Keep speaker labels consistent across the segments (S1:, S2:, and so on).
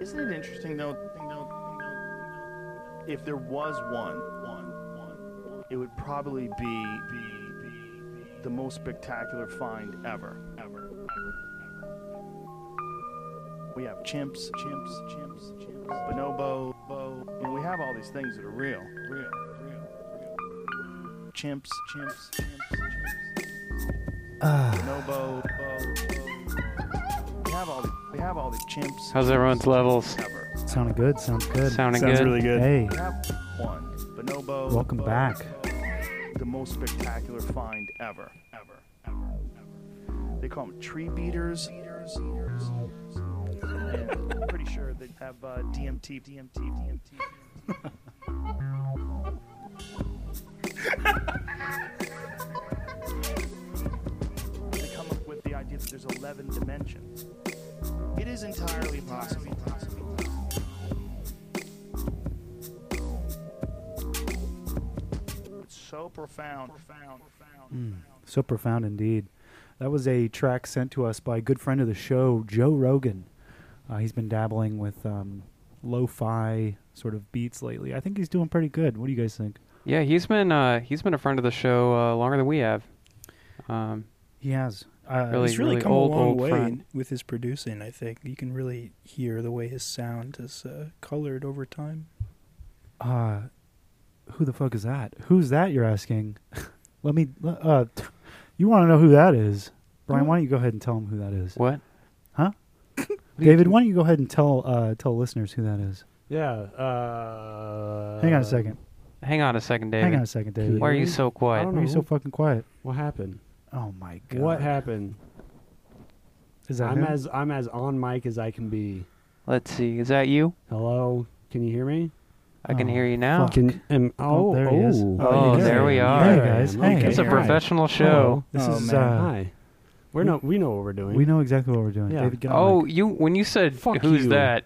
S1: Isn't it interesting though? thing though- thing though- If there was one, one, one, one, it would probably be, be, be the most spectacular find ever, ever, ever, ever. ever. We have chimps, chimps, chimps, chimps, bonobo, bo. You know, we have all these things that are real, real, real, real. Chimps, chimps, chimps, chimps. bonobo, bo, bo. We have all, the, we have all the chimps.
S2: How's everyone's levels?
S1: ever.
S3: Sounding good. Sounds good.
S2: Sounding
S4: Sounds
S2: good.
S4: really good.
S3: Hey,
S1: Have one. Bonobo.
S3: Welcome
S1: Bonobo,
S3: back.
S1: The most spectacular find ever. Ever. Ever. Ever. They call them tree beaters. Beaters, beaters. And I'm pretty sure they have uh, DMT. DMT. DMT. they come up with the idea that there's 11 dimensions. It is entirely possible. It's so profound. Profound. Profound.
S3: Hmm. so profound indeed. That was a track sent to us by a good friend of the show, Joe Rogan. Uh, he's been dabbling with um, lo-fi sort of beats lately. I think he's doing pretty good. What do you guys think?
S2: Yeah, he's been uh, he's been a friend of the show uh, longer than we have. Um,
S3: He has. Uh,
S2: Really?
S4: He's really, come
S2: old,
S4: a long
S2: old
S4: way
S2: friend.
S4: with his producing. I think you can really hear the way his sound is uh, colored over time.
S3: Uh, who the fuck is that? Who's that? You're asking. Let me. le- Uh, t- you want to know who that is, Brian? Why don't you go ahead and tell him who that is?
S2: what?
S3: David, why don't you go ahead and tell uh, tell listeners who that is?
S5: Yeah. Uh,
S3: Hang on a second.
S2: Hang on a second, David.
S3: Hang on a second, David.
S2: Why are you
S5: David?
S2: so
S5: I
S2: quiet?
S5: don't
S3: Why are you so
S5: know.
S3: fucking quiet?
S5: What happened?
S3: Mm-hmm. Oh my god.
S5: What happened?
S3: Is that
S5: I'm
S3: him?
S5: as I'm as on mic as I can be.
S2: Let's see. Is that you?
S5: Hello, can you hear me?
S2: I can
S3: Oh,
S2: hear you now.
S3: fuck.
S5: Can am, oh,
S3: there he is.
S5: oh,
S2: Oh,
S3: yeah.
S2: there we
S3: Yeah,
S2: are.
S3: Hey, guys.
S5: I am.
S3: Hey.
S2: It's a
S5: Hi.
S2: professional show.
S5: Hello.
S3: This
S4: Oh,
S3: is
S4: man.
S3: uh,
S5: Hi. We're no, we know what we're doing.
S3: we know exactly what we're doing.
S5: Yeah.
S3: David, get on
S2: Oh,
S3: mic.
S2: you when you said
S5: Fuck
S2: who's
S5: you.
S2: that?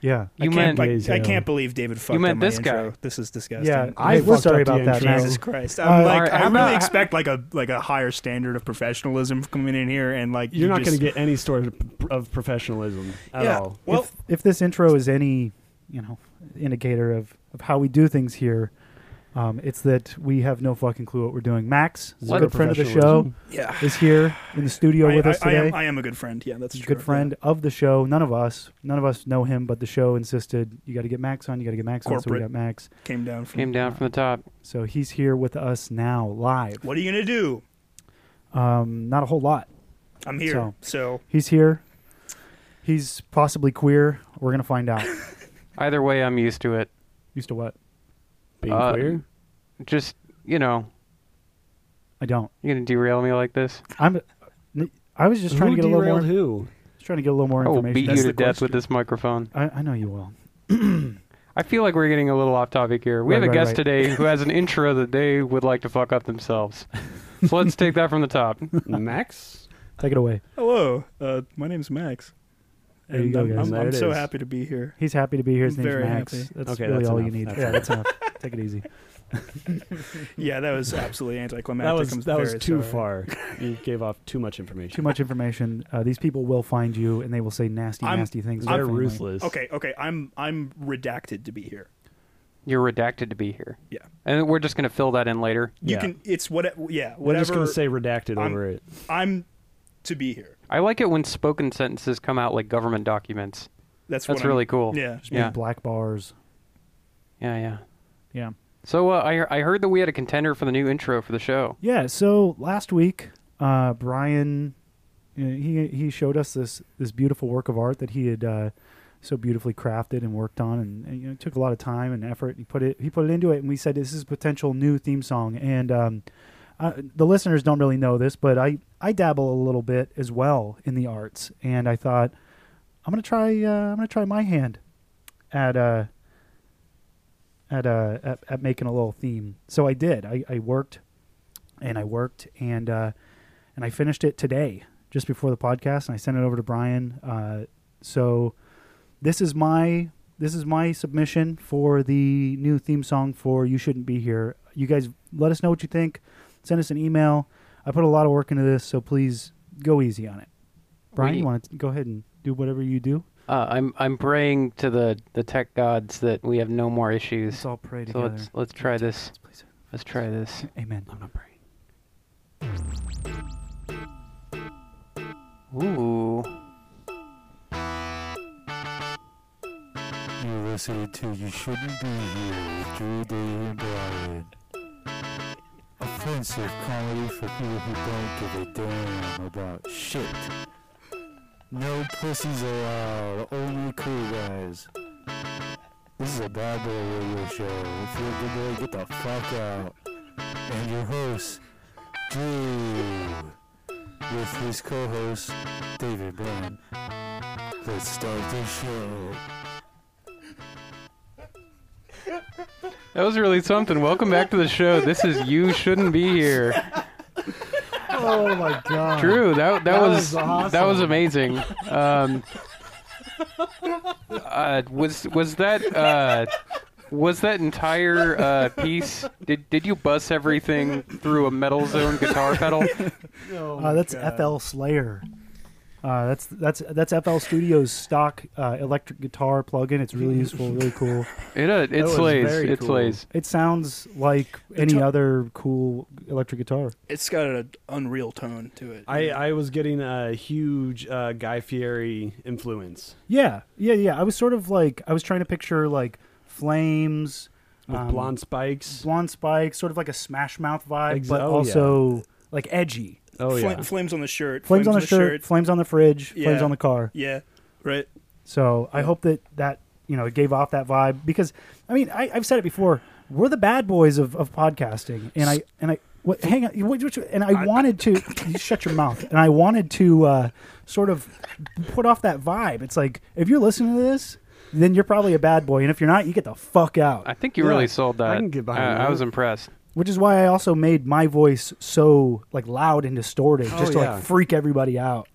S3: yeah.
S2: You
S4: I can't,
S2: meant
S5: meant-
S4: I, I can't believe David fucked
S2: meant
S4: up my
S2: this guy.
S4: intro. This is disgusting.
S3: Yeah.
S5: I
S3: Hey, we're
S5: fucked
S3: sorry
S5: up the
S3: about that.
S5: intro.
S3: man.
S4: Jesus Christ! I'm
S3: Uh,
S2: all
S4: like,
S2: right,
S4: I
S2: how
S4: really
S2: about-
S4: expect like a like a higher standard of professionalism coming in here, and like
S5: You're
S4: you
S5: not going
S4: just-
S5: to get any sort of, of professionalism at
S4: yeah.
S5: all.
S4: Well,
S3: if, if this intro is any, you know, indicator of, of how we do things here, um, it's that we have no fucking clue what we're doing. Max, is a
S2: What?
S3: good friend of the show,
S5: Professionalism.
S4: yeah,
S3: is here in the studio
S4: I,
S3: with us
S4: I- I
S3: today.
S4: am, I am a good friend. Yeah, that's
S3: He's a
S4: true.
S3: good friend of the show. None of us, none of us know him, but the show insisted you got to get Max on. You got to get Max on. So we
S4: Corporate.
S3: got Max.
S4: Yeah. Came down from.
S2: Came down from the top.
S3: So he's here with us now live.
S4: What are you gonna do?
S3: Um, not a whole lot.
S4: I'm here.
S3: So-
S4: So,
S3: He's here. He's possibly queer. We're gonna find out.
S2: Either way, I'm used to it.
S3: Used to what?
S5: Being
S2: Uh,
S5: queer?
S2: Just you know,
S3: I don't.
S2: you're gonna derail me like this.
S3: I'm. I was just trying
S5: who
S3: to get a little more.
S5: derailed Who?
S3: Just trying to get a little more
S2: I will
S3: information.
S2: Oh, beat you
S4: That's
S2: to
S4: the
S2: death with
S4: question.
S2: this microphone.
S3: I, I know you will.
S2: I feel like we're getting a little off topic here. We
S3: Right,
S2: have a
S3: right,
S2: guest
S3: right.
S2: today who has an intro that they would like to fuck up themselves. So let's take that from the top.
S5: Max?
S3: Take it away.
S4: hello. Uh, my name's Max.
S3: There you
S4: And
S3: go,
S4: I'm,
S3: guys.
S4: I'm,
S5: There
S4: I'm
S5: it
S4: so
S5: is.
S4: happy to be here.
S3: He's happy to be here. His
S4: I'm
S3: name's
S4: very
S3: Max.
S4: happy.
S3: That's
S5: Okay,
S3: really
S5: that's
S3: all you
S5: enough.
S3: need.
S5: That's
S3: yeah, that's enough. Take it easy.
S4: Yeah, that was absolutely anticlimactic.
S5: That was
S4: I'm
S5: that was
S4: very
S5: too
S4: sorry.
S5: far. You gave off too much information.
S3: Too much information. Uh, these people will find you, and they will say nasty,
S4: I'm-
S3: nasty things. about
S5: They're
S3: your family.
S5: ruthless.
S4: Okay, okay. I'm I'm redacted to be here.
S2: You're redacted to be here.
S4: Yeah.
S2: And we're just going to fill that in later.
S4: You
S5: Yeah.
S4: can. It's what. Yeah.
S5: We're just
S4: Whatever.
S5: gonna say redacted
S4: I'm-
S5: over it.
S4: I'm to be here.
S2: I like it when spoken sentences come out like government documents.
S4: That's
S2: That's
S4: what I'm-
S2: really cool.
S4: Yeah.
S3: Big
S2: Yeah.
S3: black bars.
S2: Yeah, yeah.
S3: Yeah.
S2: So uh, I, I heard that we had a contender for the new intro for the show.
S3: Yeah. So last week, uh, Brian, you know, he he showed us this this beautiful work of art that he had uh, so beautifully crafted and worked on, and, and you know it took a lot of time and effort. He put it he put it into it, and we said this is a potential new theme song. And um, uh, the listeners don't really know this, but I I dabble a little bit as well in the arts, and I thought I'm gonna try uh, I'm gonna try my hand at uh at uh at, at making a little theme. So I did. I, I worked and I worked and uh, and I finished it today just before the podcast and I sent it over to Brian. Uh, so this is my this is my submission for the new theme song for You Shouldn't Be Here. You guys let us know what you think. Send us an email. I put a lot of work into this, so please go easy on it. Brian,
S2: We-
S3: you want to go ahead and do whatever you do?
S2: Uh, I'm I'm praying to the, the tech gods that we have no more issues.
S3: Let's all pray
S2: So
S3: together.
S2: let's let's try this.
S3: Please.
S2: Let's try this.
S3: Amen.
S5: I'm not praying.
S2: Ooh.
S6: You're listening to You Shouldn't Be Here with Drew Dave and Brian. Offensive comedy for people who don't give a damn about shit. No pussies allowed, only cool guys. This is a bad boy radio show. If you're a good boy, get the fuck out. And your host, Drew, with his co-host, David Brown. Let's start the show.
S2: That was really something. Welcome back to the show. This is you shouldn't be here.
S3: Oh my God.
S2: True. That that, was,
S3: was awesome.
S2: that was amazing. Um, uh, was was that uh, was that entire uh, piece? Did did you bus everything through a metal zone guitar pedal?
S3: Uh, that's FL Slayer. Uh, that's that's that's FL Studios stock uh, electric guitar plugin. It's really useful, really cool.
S2: It uh, it
S5: was
S2: slays.
S5: very
S2: It
S5: cool.
S2: slays.
S3: It sounds like any
S4: to-
S3: other cool electric guitar.
S4: It's got an unreal tone to it.
S5: I, I was getting a huge uh, Guy Fieri influence
S3: Yeah, yeah, yeah. I was sort of like I was trying to picture like flames,
S5: with
S3: um,
S5: blonde spikes.
S3: blonde spikes, sort of like a Smash Mouth vibe,
S5: Ex-
S3: but
S5: oh, yeah.
S3: also like edgy.
S5: oh
S4: Fla-
S5: yeah,
S4: Flames on the shirt.
S3: Flames, on the, shirt, flames on the fridge, flames
S4: Yeah.
S3: on the car.
S4: Yeah. Right.
S3: So I hope that that you know it gave off that vibe because I mean I, I've said it before we're the bad boys of, of podcasting and I and I what, hang on what, what, and I wanted to you shut your mouth and I wanted to uh, sort of put off that vibe. It's like if you're listening to this, then you're probably a bad boy, and if you're not, you get the fuck out.
S2: I think you
S5: Yeah,
S2: really sold that.
S5: I can get behind
S2: Uh, I
S5: that.
S2: was impressed.
S3: Which is why I also made my voice so like loud and distorted,
S5: Oh,
S3: just to
S5: yeah.
S3: like freak everybody out.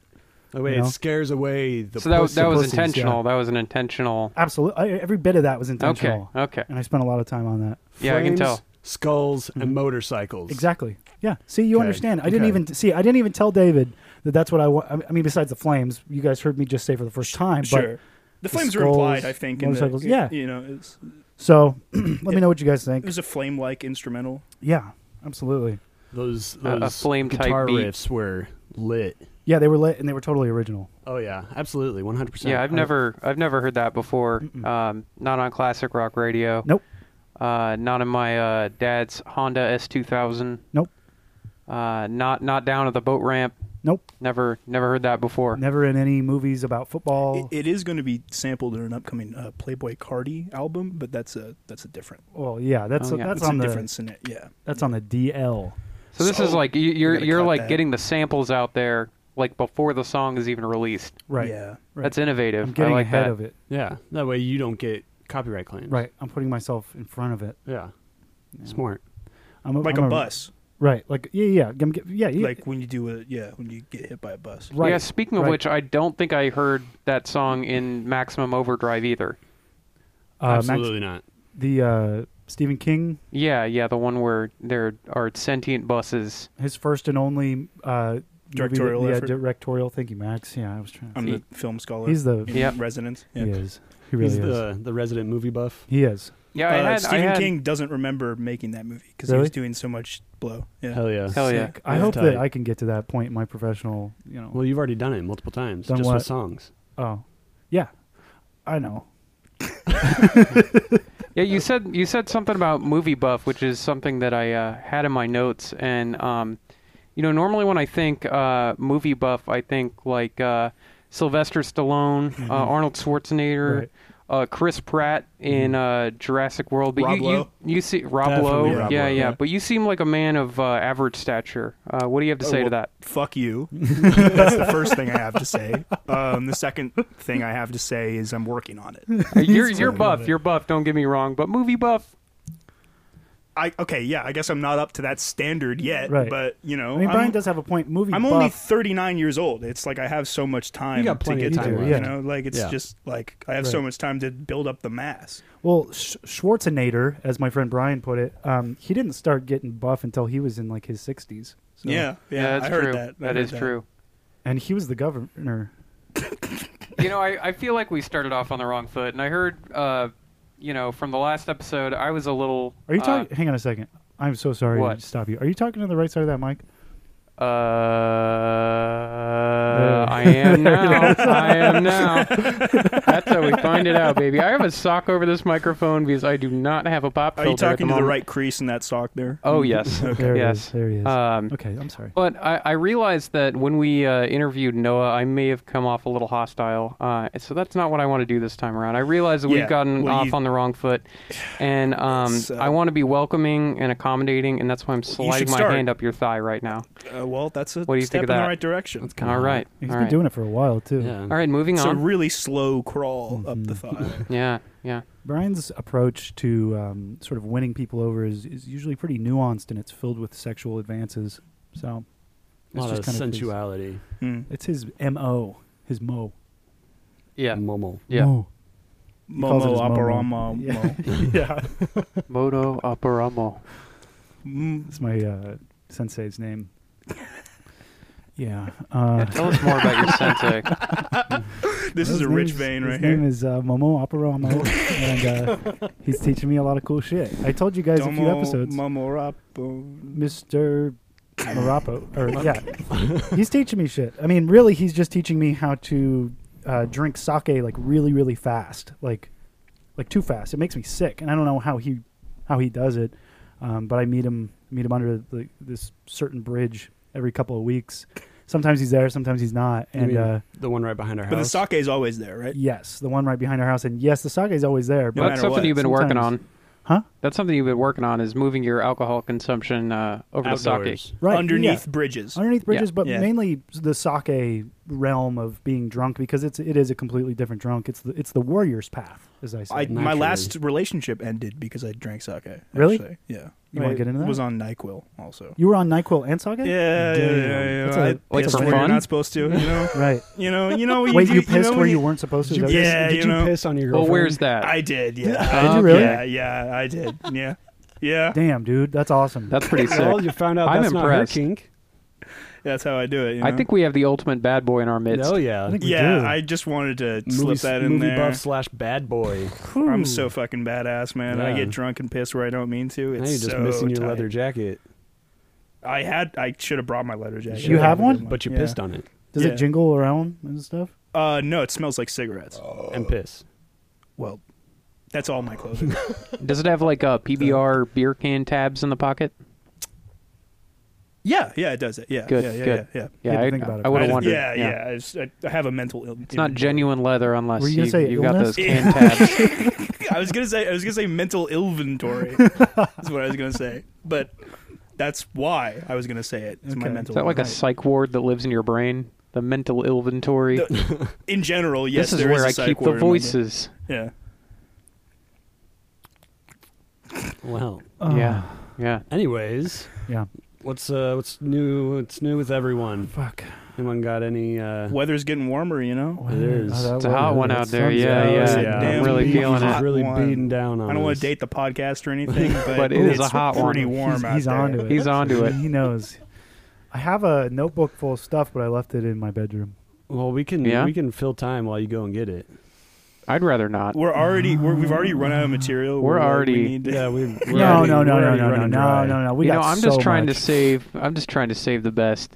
S5: oh wait,
S3: you know?
S5: it scares away the.
S2: so that was
S5: puss- the
S2: that was
S5: pussies, yeah.
S2: intentional. That was an intentional.
S3: Absolutely, every bit of that was intentional,
S2: Okay. Okay.
S3: and I spent a lot of time on that.
S2: Yeah, I can
S5: Flames,
S2: tell.
S5: Skulls
S3: Mm-hmm.
S5: and motorcycles.
S3: Exactly. Yeah. See, you
S5: Okay.
S3: understand. I didn't
S5: Okay.
S3: even see. I didn't even tell David that that's what I want. I mean, besides the flames, you guys heard me just say for the first time.
S4: Sure.
S3: the
S4: The flames were
S3: skulls,
S4: implied, I think. In the,
S3: motorcycles, yeah.
S4: You know, it's,
S3: But, so let me
S4: Yeah.
S3: know what you guys
S4: it
S3: think.
S4: was a flame-like instrumental.
S3: Yeah. Absolutely.
S5: Those
S2: A- a
S5: those
S2: flame type
S5: guitar
S2: beat.
S5: riffs were lit.
S3: Yeah, they were lit and they were totally original.
S5: Oh yeah, absolutely, one hundred percent.
S2: Yeah, I've never I've never heard that before. Um, not on classic rock radio.
S3: Nope.
S2: Uh, not in my uh, dad's Honda S2000.
S3: Nope.
S2: Uh, not not down at the boat ramp.
S3: Nope.
S2: Never never heard that before.
S3: Never in any movies about football.
S4: It, it is going to be sampled in an upcoming uh, Playboy Cardi album, but that's a that's a different.
S3: well, yeah, that's
S2: Oh, yeah.
S3: that's
S4: That's a
S3: on the
S4: difference in it. Yeah.
S3: that's on the DL.
S2: So this is
S4: So,
S2: like you- you're
S4: gotta
S2: you're
S4: cut
S2: like
S4: that.
S2: getting the samples out there like before the song is even released.
S3: Right.
S4: Yeah.
S3: Right.
S2: That's innovative.
S3: I'm getting
S2: I like
S3: ahead
S2: that.
S3: of it.
S5: Yeah, that way you don't get copyright claims.
S3: Right. I'm putting myself in front of it.
S5: Yeah. Smart.
S3: I'm
S4: Like
S3: I'm
S4: a bus.
S3: Right. Like yeah, yeah. I'm get- yeah, yeah.
S4: Like when you do a yeah when you get hit by a bus.
S3: right.
S2: Yeah. Speaking of
S3: right.
S2: which, I don't think I heard that song in Maximum Overdrive either.
S3: uh, Max-
S5: absolutely not.
S3: the uh, Stephen King
S2: Yeah, yeah, the one where there are sentient buses.
S3: his first and only uh, movie that-
S4: Directorial
S3: yeah,
S4: effort.
S3: directorial. Thank you, Max. Yeah, I was trying.
S4: I'm
S3: To,
S4: the film scholar.
S3: he's the
S4: in
S2: Yep.
S4: residence. Yeah.
S3: he is. He really
S5: He's
S3: is.
S5: the the resident movie buff.
S3: he is.
S2: Yeah, I
S4: Uh,
S2: had.
S4: Stephen
S2: I had,
S4: King doesn't remember making that movie because
S3: Really?
S4: he was doing so much blow. Yeah.
S5: Hell yeah.
S2: Hell yeah.
S3: I
S5: That's
S3: hope
S5: tight.
S3: that I can get to that point in my professional. You know.
S5: Well, you've already done it multiple times,
S3: Done
S5: just
S3: what?
S5: with songs.
S3: oh, yeah. I know.
S2: Yeah, you said you said something about movie buff, which is something that I uh, had in my notes. And um, you know, normally when I think uh, movie buff, I think like uh, Sylvester Stallone, uh, Arnold Schwarzenegger,
S3: Right.
S2: uh, Chris Pratt in uh,
S4: Mm-hmm.
S2: Jurassic World. But
S4: Rob
S2: you,
S4: Lowe.
S2: you you see Rob
S5: Definitely
S2: Lowe,
S5: Rob
S2: yeah,
S5: Lowe,
S2: yeah.
S5: yeah.
S2: But you seem like a man of uh, average stature. Uh, what do you have to say
S4: Oh, well,
S2: to that?
S4: Fuck you. That's the first thing I have to say. Um, the second thing I have to say is I'm working on it.
S2: Uh, You're you're
S4: fine.
S2: buff. You're buff. Don't get me wrong, but movie buff.
S4: I okay, yeah. I guess I'm not up to that standard yet.
S3: Right.
S4: But you know,
S3: I mean,
S4: I'm,
S3: Brian does have a point. Movie.
S4: I'm
S3: buff.
S4: only 39 years old. It's like I have so much time.
S5: You got plenty
S4: to
S5: of
S4: get
S5: time
S4: to,
S3: left.
S4: You
S3: Yeah.
S4: know, like it's
S5: Yeah.
S4: just like I have so
S3: Right.
S4: much time to build up the mass.
S3: Well, Sh- Schwarzenegger, as my friend Brian put it, um, he didn't start getting buff until he was in like his sixties. So.
S4: yeah, yeah.
S2: that's
S4: I heard
S2: true.
S4: that. I
S2: that
S4: heard
S2: is true.
S3: And he was the governor.
S2: you know, I, I feel like we started off on the wrong foot, and I heard, uh, you know, from the last episode, I was a little.
S3: Are you
S2: uh,
S3: talking? hang on a second. I'm so sorry
S2: What?
S3: to stop you. Are you talking to the right side of that mic?
S2: Uh, I am now. I am now. That's how we find it out, baby. I have a sock over this microphone because I do not have a pop filter.
S4: Are Oh, you
S2: at the
S4: talking to the
S2: moment.
S4: right crease in that sock there? Mm-hmm.
S2: Oh yes.
S3: There
S2: yes.
S3: It is. There he is.
S2: Um,
S3: okay, I'm sorry.
S2: But I, I realized that when we uh, interviewed Noah, I may have come off a little hostile. Uh, so that's not what I want to do this time around. I realize that
S4: Yeah,
S2: we've gotten
S4: well,
S2: off
S4: you-
S2: on the wrong foot, and um,
S4: It's, uh,
S2: I want to be welcoming and accommodating, and that's why I'm sliding my
S4: start.
S2: hand up your thigh right now.
S4: Uh, well, that's a
S2: What do you
S4: step
S2: think of
S4: in the
S2: that?
S4: right direction.
S5: Let's go.
S2: All right.
S3: He's
S2: all
S3: been
S2: right.
S3: doing it for a while too.
S5: Yeah.
S2: All right, moving
S4: It's a
S2: on.
S4: really slow crawl up
S3: Mm-hmm.
S4: the thigh.
S2: yeah, yeah.
S3: Brian's approach to um, sort of winning people over is, is usually pretty nuanced, and it's filled with sexual advances. So
S5: A lot of
S3: kind of his-
S5: sensuality.
S4: Mm.
S3: it's his mo, his mo.
S2: Yeah.
S5: Mumble.
S2: Yeah.
S3: Mo. calls it
S4: Momo
S3: his momo.
S4: operamo.
S3: Yeah.
S4: mo.
S2: Moto operamo.
S4: Mm.
S3: That's my uh, sensei's name. yeah. Uh,
S2: Yeah, tell us more about your sensei.
S4: This
S3: His
S4: is a
S3: name
S4: rich vein
S3: his
S4: right
S3: name
S4: here.
S3: is uh, Momo Aparamo, and uh, he's teaching me a lot of cool shit. I told you guys a few
S4: Domo
S3: episodes.
S4: Momorapo.
S3: Mr. Marapo, or yeah, he's teaching me shit. I mean, really, he's just teaching me how to uh, drink sake like really, really fast, like like too fast. It makes me sick, and I don't know how he how he does it. Um, but I meet him meet him under the, this certain bridge every couple of weeks. Sometimes he's there, sometimes he's not.
S5: You
S3: And
S5: mean
S3: uh,
S5: the one right behind our
S4: But the
S5: house.
S4: sake is always there, right?
S3: yes, the one right behind our house, and yes, the sake is always there. But
S4: No
S2: that's
S4: matter
S2: something
S4: what,
S2: you've been working on.
S3: sometimes- Huh?
S2: That's something you've been working on is moving your alcohol consumption uh, over to sake.
S5: Outdoors.
S3: right yeah.
S4: Underneath bridges.
S3: underneath bridges, but
S4: Yeah.
S3: mainly the sake realm of being drunk because it's it is a completely different drunk. It's the it's the warrior's path, as I say.
S4: I, my
S5: Naturally.
S4: last relationship ended because I drank sake. Actually.
S3: Really?
S4: Yeah.
S3: You wanna
S4: I
S3: get into that?
S4: Was on Nyquil also.
S3: you were on Nyquil and sake.
S4: Yeah, yeah, yeah, yeah.
S3: That's a-
S4: I
S2: Like
S4: pissed
S2: for
S4: where you're
S2: fun?
S4: not supposed to. You know,
S3: Right.
S4: you know, you know.
S3: Wait,
S4: do-
S3: you, pissed
S4: know
S3: where
S4: when
S3: you weren't supposed to.
S5: Did you,
S3: Is that-
S5: piss,
S4: Yeah,
S5: did
S4: you
S5: you,
S4: know.
S5: piss on your
S2: Well,
S5: girlfriend?
S2: where's that?
S4: I did. Yeah.
S3: Did
S4: I
S3: you really?
S4: Yeah, yeah, I did. Yeah, yeah.
S3: Damn, dude, that's awesome.
S2: That's pretty sick.
S5: Well, you found out
S2: I'm
S5: that's
S2: impressed.
S5: not her kink.
S4: That's how I do it. You know?
S2: I think we have the ultimate bad boy in our midst.
S5: Hell yeah.
S3: I think we
S4: Yeah,
S3: do.
S4: I just wanted to
S5: movie
S4: slip that in
S5: movie
S4: there.
S5: buff slash bad boy.
S4: I'm so fucking badass, man. I
S5: Yeah.
S4: get drunk and pissed where I don't mean to. It's
S5: now you're just
S4: so
S5: missing your
S4: tight.
S5: leather jacket,
S4: I had. I should have brought my leather jacket.
S3: You have one?
S5: but you
S4: Yeah.
S5: pissed on it
S3: Does
S4: yeah.
S3: it jingle around and stuff?
S4: Uh, no, it smells like cigarettes.
S5: and piss.
S4: Well, that's all my clothing.
S2: Does it have like uh, PBR beer can tabs in the pocket?
S4: yeah, yeah, it does it. Yeah,
S2: Good,
S4: yeah, yeah,
S2: good.
S4: yeah. yeah.
S3: You had to
S2: I,
S3: think about it
S2: I would
S4: I
S2: have
S4: just-
S2: wondered.
S4: Yeah, yeah. I, just, I, I have a mental illness.
S2: It's not genuine leather unless
S3: Were you
S2: you,
S3: gonna say
S2: have got
S3: illness?
S2: those can tabs.
S4: I was gonna say I was gonna say mental inventory. That's what I was gonna say, but that's why I was gonna say it. It's my
S3: Okay.
S4: mental.
S2: Is that like a
S4: illness.
S2: psych ward that lives in your brain? The mental inventory.
S4: The- in general? Yes,
S2: this is
S4: there
S2: where
S4: a
S2: I
S4: psych
S2: keep
S4: ward
S2: the
S4: in my brain.
S2: voices.
S4: Yeah,
S5: Well,
S2: yeah, yeah.
S5: anyways,
S3: Yeah.
S5: what's uh, what's new? What's new with everyone?
S3: Fuck.
S5: Anyone got any? Uh,
S4: weather's getting warmer. You know,
S5: It is.
S2: Oh, It's a hot one out there. Yeah,
S5: out.
S2: yeah.
S5: It's a
S2: I'm
S5: damn
S2: really
S4: beach.
S2: feeling
S5: He's
S2: it.
S4: Hot
S5: really
S4: one.
S5: beating down on.
S4: I don't want
S5: us.
S4: to date the podcast or anything, but,
S2: But it is a
S4: it's
S2: hot one.
S4: pretty warm
S3: He's,
S4: out
S3: he's
S4: there.
S3: onto it.
S2: He's onto it.
S3: He knows. I have a notebook full of stuff, but I left it in my bedroom.
S5: Well, we can
S2: Yeah?
S5: we can fill time while you go and get it.
S2: I'd rather not.
S4: We're already we're, we've already run out of material.
S2: We're
S4: like, we
S2: already-
S4: need to-
S5: Yeah, we. No,
S3: No, no, no, no, no, no, no, no, no. We
S2: you
S3: got
S2: know, I'm
S3: so
S2: just trying
S3: much.
S2: to save. I'm just trying to save the best.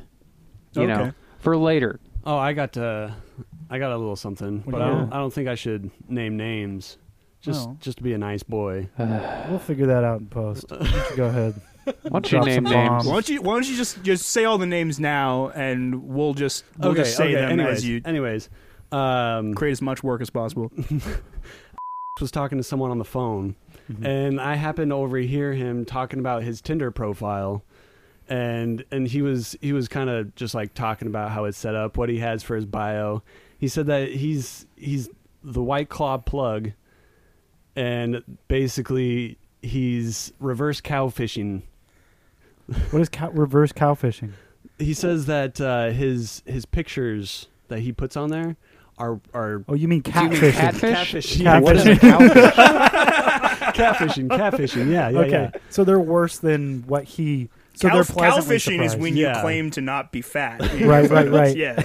S2: You know,
S4: Okay.
S2: for later.
S5: Oh, I got uh, I got a little something,
S3: What
S5: but
S3: do
S5: I
S3: you
S5: don't,
S3: got?
S5: I don't think I should name names. Just
S3: No.
S5: just to be a nice boy.
S3: We'll figure that out in post. Why don't you Go ahead.
S2: Why don't you
S3: Drop
S2: name
S3: some
S2: names?
S3: bombs.
S4: Why don't you Why don't you just just say all the names now, and we'll just we'll just say them
S5: anyways,
S4: as you
S5: anyways, um,
S4: create as much work as possible.
S5: was talking to someone on the phone,
S3: Mhm.
S5: and I happened to overhear him talking about his Tinder profile, and and he was he was kind of just like talking about how it's set up, what he has for his bio. He said that he's he's the White Claw plug, and basically he's reverse cow fishing.
S3: What is cow, reverse cow fishing?
S5: He says that uh, his his pictures that he puts on there are are
S3: Oh, you mean
S2: Do you mean
S3: catfishing?
S5: catfishing.
S3: Catfishing. What is it,
S5: catfishing, catfishing. Yeah, yeah,
S3: okay,
S5: yeah.
S3: so they're worse than what he So
S4: cow,
S3: they're
S4: cow
S3: pleasantly
S4: fishing is
S3: surprised.
S4: when you
S5: Yeah.
S4: claim to not be fat.
S3: Right, right, right.
S4: Yeah.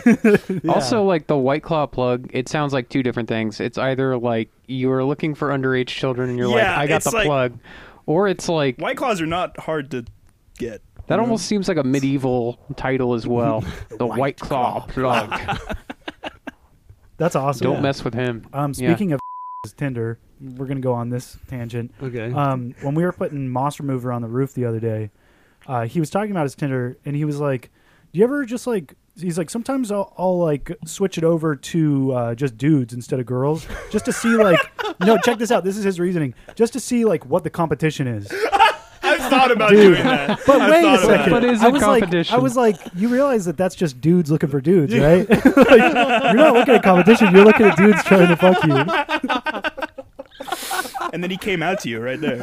S2: Also, like the White Claw plug, it sounds like two different things. It's either like you're looking for underage children and you're
S4: Yeah,
S2: like, I got
S4: it's
S2: the
S4: like-
S2: plug, or it's like
S4: White claws are not hard to get.
S2: that almost seems like a medieval title as well. the White, Claw, plug.
S3: That's awesome.
S2: Don't mess with him.
S3: Um,
S2: Yeah.
S3: speaking of Tinder, we're gonna go on this tangent.
S5: Okay.
S3: Um, when we were putting Moss Remover on the roof the other day, uh, he was talking about his Tinder, and he was like, "Do you ever just like?" He's like, "Sometimes I'll, I'll like switch it over to uh, just dudes instead of girls, just to see like." no, check this out. This is his reasoning, just to see like what the competition is.
S4: I've thought about
S3: Dude.
S4: doing that.
S3: But
S4: I've
S3: wait a
S4: thought about
S3: second.
S4: it.
S2: But is
S3: I
S2: it
S3: was like,
S2: competition?
S3: I was like, you realize that that's just dudes looking for dudes, right? Like, you're not looking at competition. You're looking at dudes trying to fuck you.
S4: And then he came out to you right there.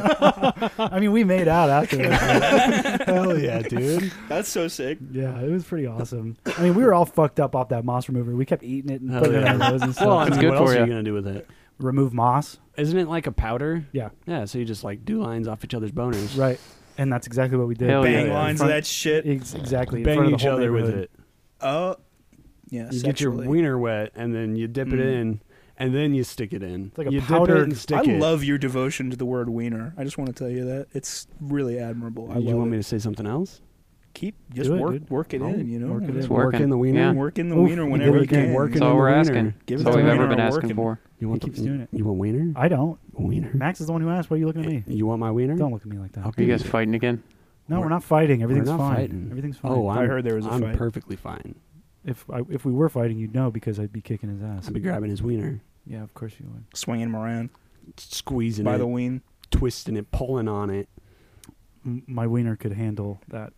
S3: I mean, we made out after. that.
S5: Hell yeah, dude.
S4: That's so sick.
S3: Yeah, it was pretty awesome. I mean, we were all fucked up off that moss remover. We kept eating it and
S5: Hell
S3: putting it on
S5: yeah.
S3: our nose and stuff.
S5: Well, I
S2: It's
S5: mean,
S2: good
S5: what
S2: for
S5: else are
S2: ya.
S5: you gonna do with it?
S3: Remove moss.
S5: Isn't it like a powder?
S3: Yeah,
S5: Yeah. So you just like do lines off each other's boners.
S3: right. And that's exactly what we did.
S2: Hell Oh, yeah,
S4: Bang
S2: yeah.
S4: lines of that shit.
S3: Ex- exactly. in front
S5: Bang
S3: of the
S5: each
S3: whole
S5: other with
S3: neighborhood.
S5: it.
S4: Oh, yeah.
S5: You get your
S4: sexually.
S5: wiener wet, and then you dip it
S4: Mm.
S5: in, and then you stick it in. It's
S3: like a
S5: you dip it
S3: powdered-
S5: and stick
S4: I
S5: it.
S4: love your devotion to the word wiener. I just want to tell you that it's really admirable. I
S5: you
S4: love
S5: want
S4: it.
S5: me to say something else?
S4: keep just
S3: Do it,
S4: work
S3: dude.
S4: work it
S3: Oh,
S4: in. You know,
S3: work it
S4: Just
S3: in.
S5: Work
S2: Working.
S5: in the wiener.
S2: Yeah.
S4: work in the
S3: Oof,
S4: wiener
S3: you
S4: whenever you
S5: did it again.
S4: can.
S5: Work it
S2: That's all
S5: the
S2: we're
S5: wiener.
S2: asking.
S4: Give
S2: That's
S4: it
S2: all
S4: to
S2: we've
S4: the
S2: ever
S4: wiener,
S2: been
S4: work
S2: asking
S4: him.
S2: for.
S5: You want the,
S3: keeps doing it.
S5: You want wiener?
S3: I don't.
S5: Wiener.
S3: Max is the one who asked. Why are you looking at me?
S5: You want my wiener?
S3: Don't look at me like that.
S5: Okay.
S2: Are you guys fighting again?
S3: No,
S5: We're-
S3: we're not fighting. Everything's
S5: not
S3: fine.
S5: fighting.
S3: Everything's fine.
S5: Oh, I'm,
S4: I heard there was a
S5: I'm
S4: fight.
S5: perfectly fine.
S3: If I, if we were fighting, you'd know because I'd be kicking his ass.
S5: I'd be grabbing his wiener,
S3: Yeah, of course you would.
S4: Swinging him around
S5: squeezing
S4: by
S5: it,
S4: the ween.
S5: twisting it, pulling on it.
S3: M- my wiener could handle that.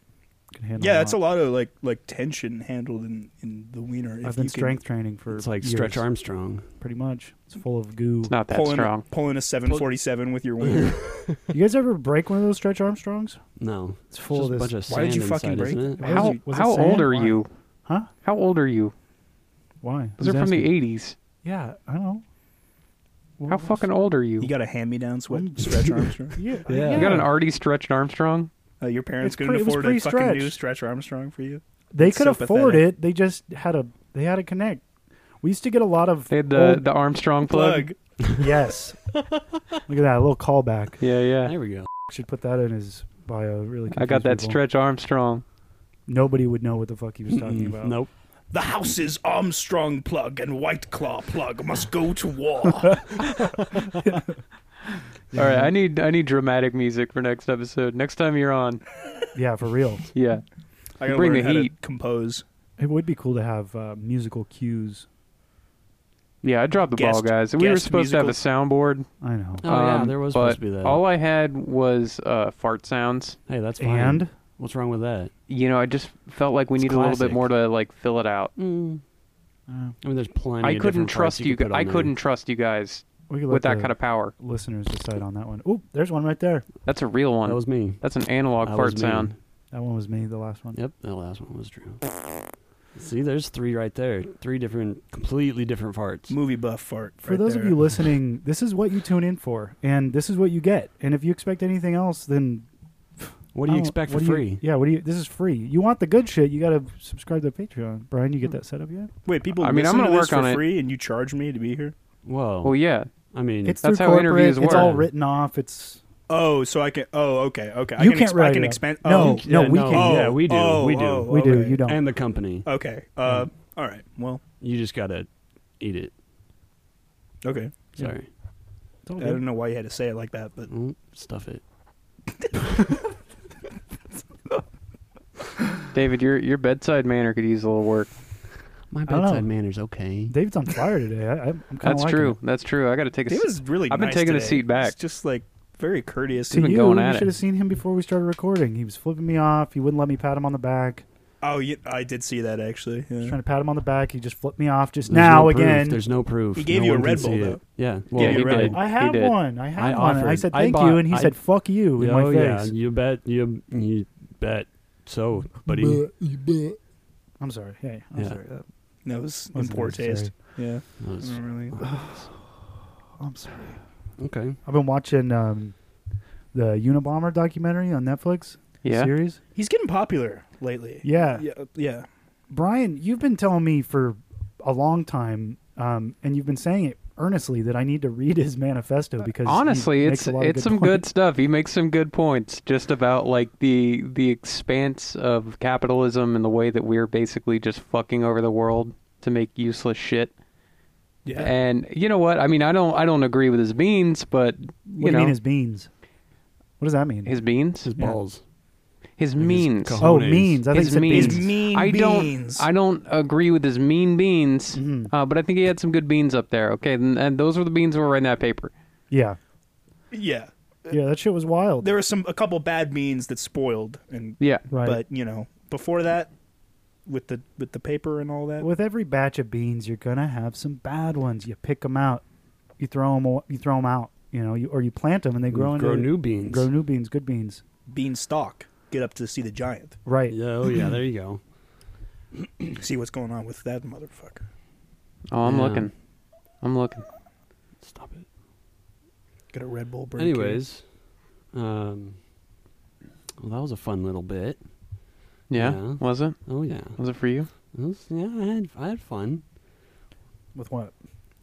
S3: Could handle.
S4: Yeah, that's a lot of like like tension handled in in the wiener. If
S3: I've been
S4: you can-
S3: strength training for.
S5: It's like
S3: years,
S5: Stretch Armstrong.
S3: pretty much. It's full of goo.
S2: It's not that
S4: pulling
S2: strong.
S4: pulling a 747 with your wiener.
S3: you guys ever break one of those Stretch Armstrongs?
S5: No,
S3: It's full
S5: just a
S3: of
S5: bunch
S3: this.
S5: of
S4: Why did
S5: sand
S4: you fucking
S5: inside,
S4: break
S5: isn't it?
S3: What was
S2: How
S3: it- was it
S2: how
S3: sand?
S2: old are
S3: Why?
S2: you?
S3: Huh?
S2: How old are you?
S3: Why?
S2: Those are from the '80s.
S3: Yeah, I don't know.
S2: How
S3: What was-
S2: fucking old are you?
S4: you
S2: You
S4: got a hand me down sweat
S3: Mm.
S4: stretch Armstrong.
S3: Yeah,
S5: You
S2: got an already stretched Armstrong?
S4: Uh, your parents
S3: It's
S4: couldn't
S3: pre- it was
S4: afford a fucking new
S3: pre-stretched.
S4: stretch Armstrong for you.
S3: They
S4: It's
S3: could
S4: so
S3: afford
S4: pathetic.
S3: it. They just had a. They had to connect. We used to get a lot of.
S2: They had the
S3: old-
S2: the Armstrong plug.
S4: Plug.
S3: yes. Look at that, a little callback.
S2: Yeah, yeah.
S5: There we go.
S3: Should put that in his bio. Really.
S2: I got
S3: confuse
S2: that
S3: people.
S2: Stretch Armstrong.
S3: Nobody would know what the fuck he was talking about.
S5: Nope.
S4: The house's Armstrong plug and White Claw plug must go to war.
S2: All right,
S5: Mm-hmm.
S2: I need I need dramatic music for next episode. Next time you're on,
S3: Yeah, for real.
S2: yeah.
S4: I gotta
S2: Bring
S4: learn
S2: the
S4: how to
S2: heat.
S4: compose.
S3: It would be cool to have uh, musical cues.
S2: Yeah, I dropped the ball,
S4: Guest-
S2: guys. We were
S4: guest
S2: supposed to have a soundboard.
S3: I know.
S5: Oh yeah,
S2: um,
S5: there was
S2: but
S5: supposed to be that.
S2: All I had was uh, fart sounds.
S5: hey, that's fine.
S3: and
S5: what's wrong with that?
S2: You know, I just felt like we
S5: It's
S2: needed a little
S5: classic.
S2: bit more to like fill it out.
S3: uh,
S5: I mean, there's plenty.
S2: I
S5: of
S2: couldn't
S5: different parts
S2: trust you.
S5: could
S2: gu-
S5: put
S2: I
S5: on there.
S2: couldn't trust you guys
S3: we could let
S2: with that
S3: the
S2: kind of power.
S3: listeners decide on that one. Oh, there's one right there.
S2: That's a real one.
S5: That was me.
S2: That's an analog
S5: That
S2: fart
S5: was me.
S2: sound.
S3: That one was me, the last one.
S5: Yep, that last one was Drew. See, there's three right there. Three different, completely different farts.
S4: Movie buff fart.
S3: For
S4: right
S3: those
S4: there.
S3: of you listening, this is what you tune in for, and this is what you get. And if you expect anything else, then
S5: What do you
S3: I don't-
S5: expect
S3: Oh, what
S5: for
S3: do
S5: free?
S3: yeah, what do you? This is free. You want the good shit? You got to subscribe to Patreon. Brian,
S2: Hmm.
S3: you get that set up yet?
S4: Wait, people.
S2: I mean, I'm
S4: listen
S2: gonna
S4: to this
S2: work on
S4: for
S2: it.
S4: free, and you charge me to be here.
S5: Whoa.
S2: Well, yeah.
S5: I mean,
S3: It's
S2: That's
S3: through
S2: how
S3: corporate.
S2: interviews
S3: It's all
S2: work.
S3: written off. It's
S4: Oh, so I can. Oh, okay, okay. I
S3: You
S4: can
S3: can't
S4: ex-
S3: write
S4: I can
S3: it up.
S4: expand.
S3: No,
S4: oh,
S3: no, we
S5: no,
S3: can't.
S5: Yeah, we do.
S4: Oh,
S5: we do.
S4: oh,
S3: we do.
S4: okay.
S3: You don't.
S5: And the company.
S4: Okay. Uh, all right. Well,
S5: You just gotta eat it.
S4: okay.
S3: Yeah.
S5: Sorry.
S3: It's all
S4: I
S3: good.
S4: don't know why you had to say it like that, but
S5: Mm, stuff it.
S2: David, your your bedside manner could use a little work.
S5: My
S3: don't know.
S5: bedside manners okay.
S3: David's on fire today. I, I'm kind of
S2: That's true. That's true. I got to take a.
S4: it
S2: s-
S4: was really.
S2: I've been
S4: nice
S2: taking a
S4: today.
S2: seat back.
S4: It's just like very courteous.
S3: to
S2: He's been
S3: you.
S2: going
S3: you
S2: at it.
S3: should have seen him before we started recording. He was flipping me off. He wouldn't let me pat him on the back.
S4: oh, yeah, I did see that actually.
S3: I was
S4: Yeah.
S3: trying to pat him on the back. He just flipped me off just
S5: There's
S3: now
S5: no proof.
S3: again.
S5: There's no proof.
S4: He gave
S5: No
S4: you a
S5: one can
S4: Red
S5: see
S4: Bull,
S5: it.
S4: though.
S5: Yeah.
S4: Yeah,
S5: Well,
S4: you're
S2: he
S4: right.
S2: did.
S3: I
S2: He
S3: have
S2: did.
S3: one. I have
S5: I
S3: one. And I
S5: offered.
S3: said
S5: I
S3: thank
S5: bought-
S3: you, and he
S5: I-
S3: said fuck you in
S5: oh,
S3: my face.
S5: yeah. You bet. You you bet. So, buddy.
S3: I'm sorry. Hey, I'm
S5: Yeah.
S3: sorry. Uh, That
S4: That was in
S3: wasn't
S4: poor
S3: necessary.
S4: taste. Yeah.
S5: That
S4: I
S5: was-
S4: don't really.
S3: I'm sorry.
S5: okay.
S3: I've been watching um, the Unabomber documentary on Netflix.
S2: Yeah.
S3: series.
S4: He's getting popular lately.
S3: Yeah.
S4: Yeah. uh, yeah.
S3: Brian, you've been telling me for a long time, um, and you've been saying it earnestly that I need to read his manifesto because he
S2: Honestly,
S3: makes
S2: it's
S3: a lot of
S2: it's some
S3: points.
S2: good stuff. He makes some good points just about like the the expanse of capitalism and the way that we're basically just fucking over the world to make useless shit.
S4: Yeah.
S2: And you know what? I mean, I don't I don't agree with his beans, but you
S3: What do you
S2: know
S3: mean his beans? What does that mean?
S2: his beans,
S5: His
S2: his,
S5: balls.
S2: means.
S5: cojones.
S3: oh,
S5: cojones.
S3: means. I think
S2: his means.
S4: His mean
S2: I
S4: beans.
S2: don't. I don't agree with his mean beans,
S3: Mhm.
S2: uh, but I think he had some good beans up there. Okay, and, and those were the beans that were in that paper.
S3: Yeah,
S4: yeah.
S3: yeah, that shit was wild.
S4: There were some a couple bad means that spoiled and
S2: Yeah.
S3: right.
S4: but you know, before that with the with the paper and all that.
S3: With every batch of beans, you're gonna have some bad ones. You pick them out, you throw them, you throw 'em out. You know, you, or you plant them and they grow.
S5: Mm. grow
S3: into-
S5: new beans.
S3: Grow new beans. Good beans.
S4: Bean stalk. Get up to see the giant.
S3: Right.
S5: yeah, oh yeah, there you go.
S4: See what's going on with that motherfucker.
S2: Oh, I'm
S5: Yeah.
S2: looking. I'm looking.
S5: Stop it.
S4: Get a Red Bull break.
S5: Anyways, um, well, that was a fun little bit.
S2: Yeah.
S5: Yeah.
S2: Was it?
S5: Oh yeah,
S2: Was it for you?
S5: It was- yeah, I had I had fun.
S3: With what?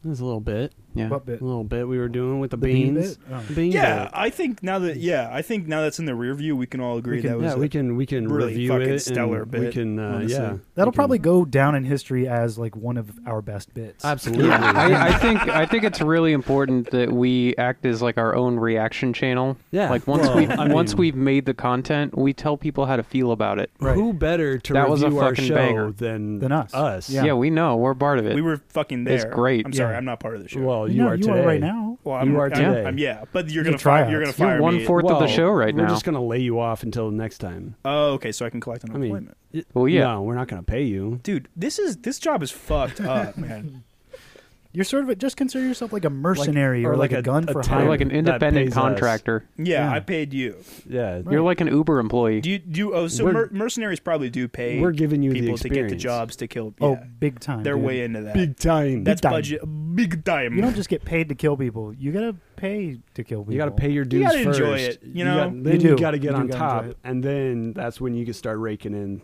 S5: It was a little bit,
S2: Yeah.
S3: What bit?
S5: a little bit we were doing with the,
S3: The bean
S5: beans.
S3: bit? Oh.
S5: The bean
S4: Yeah,
S5: bit.
S4: I think now that yeah, I think now that's in the rear view, we can all agree
S5: Mm. we can,
S4: that was
S5: yeah,
S4: a-
S5: we can we can
S4: really
S5: review
S4: fucking
S5: it. and
S4: stellar
S5: We
S4: bit,
S5: can uh,
S4: honestly.
S5: yeah.
S3: That'll
S5: we can-
S3: probably go down in history as like one of our best bits.
S5: absolutely.
S2: Yeah, I, I think I think it's really important that we act as like our own reaction channel.
S5: Yeah.
S2: Like once
S5: Well,
S2: we've
S5: I
S2: once
S5: mean-
S2: we've made the content, we tell people how to feel about it.
S3: Right.
S5: Who better to
S2: That was a
S5: review our
S2: fucking
S5: show
S2: banger.
S5: than
S3: Than us.
S5: Us.
S3: Yeah.
S2: Yeah, we know we're part of it.
S4: we were fucking there.
S2: It's great.
S4: I'm sorry,
S3: Yeah.
S4: I'm not part of the show.
S5: Well, you
S3: No,
S5: are
S3: you
S5: today.
S3: are right now.
S4: Well, I'm,
S5: you are
S4: I'm,
S5: today.
S4: I'm- yeah, but you're
S3: You're
S4: gonna fire,
S3: tryouts.
S4: you're gonna
S2: You're
S4: fire me.
S2: one fourth of the
S5: Well,
S2: show right
S5: we're
S2: now.
S5: just gonna lay you off until next time.
S4: Oh, okay, so I can collect
S5: I mean-
S4: unemployment.
S2: well, yeah.
S5: No, we're not gonna pay you.
S4: Dude, this is this job is fucked up, man.
S3: You're sort of a, just consider yourself like a mercenary
S5: or
S3: or, like,
S5: like
S3: a, gun
S5: a
S3: for
S5: terror.
S2: You're
S3: hire.
S2: like an
S5: that
S2: independent
S5: pays us.
S2: contractor.
S4: Yeah,
S3: Yeah.
S4: I paid you.
S5: Yeah.
S2: You're like an Uber employee.
S4: Do you do you, oh so
S5: We're-
S4: mer- mercenaries probably do pay
S5: We're giving you the
S4: people to get the
S5: experience.
S4: jobs to kill
S3: oh,
S4: yeah,
S3: big time.
S4: they're
S3: dude.
S4: way into that.
S5: time.
S4: That's
S3: time.
S4: budget big time.
S3: You don't just get paid to kill people. You gotta pay to kill people.
S5: You got to pay your dues
S4: You gotta
S5: first.
S4: enjoy it, you know?
S5: got-
S4: You
S5: then
S3: do.
S5: you got to get
S3: You do
S5: on
S3: gotta
S5: top,
S3: enjoy it.
S5: and then that's when you can start raking in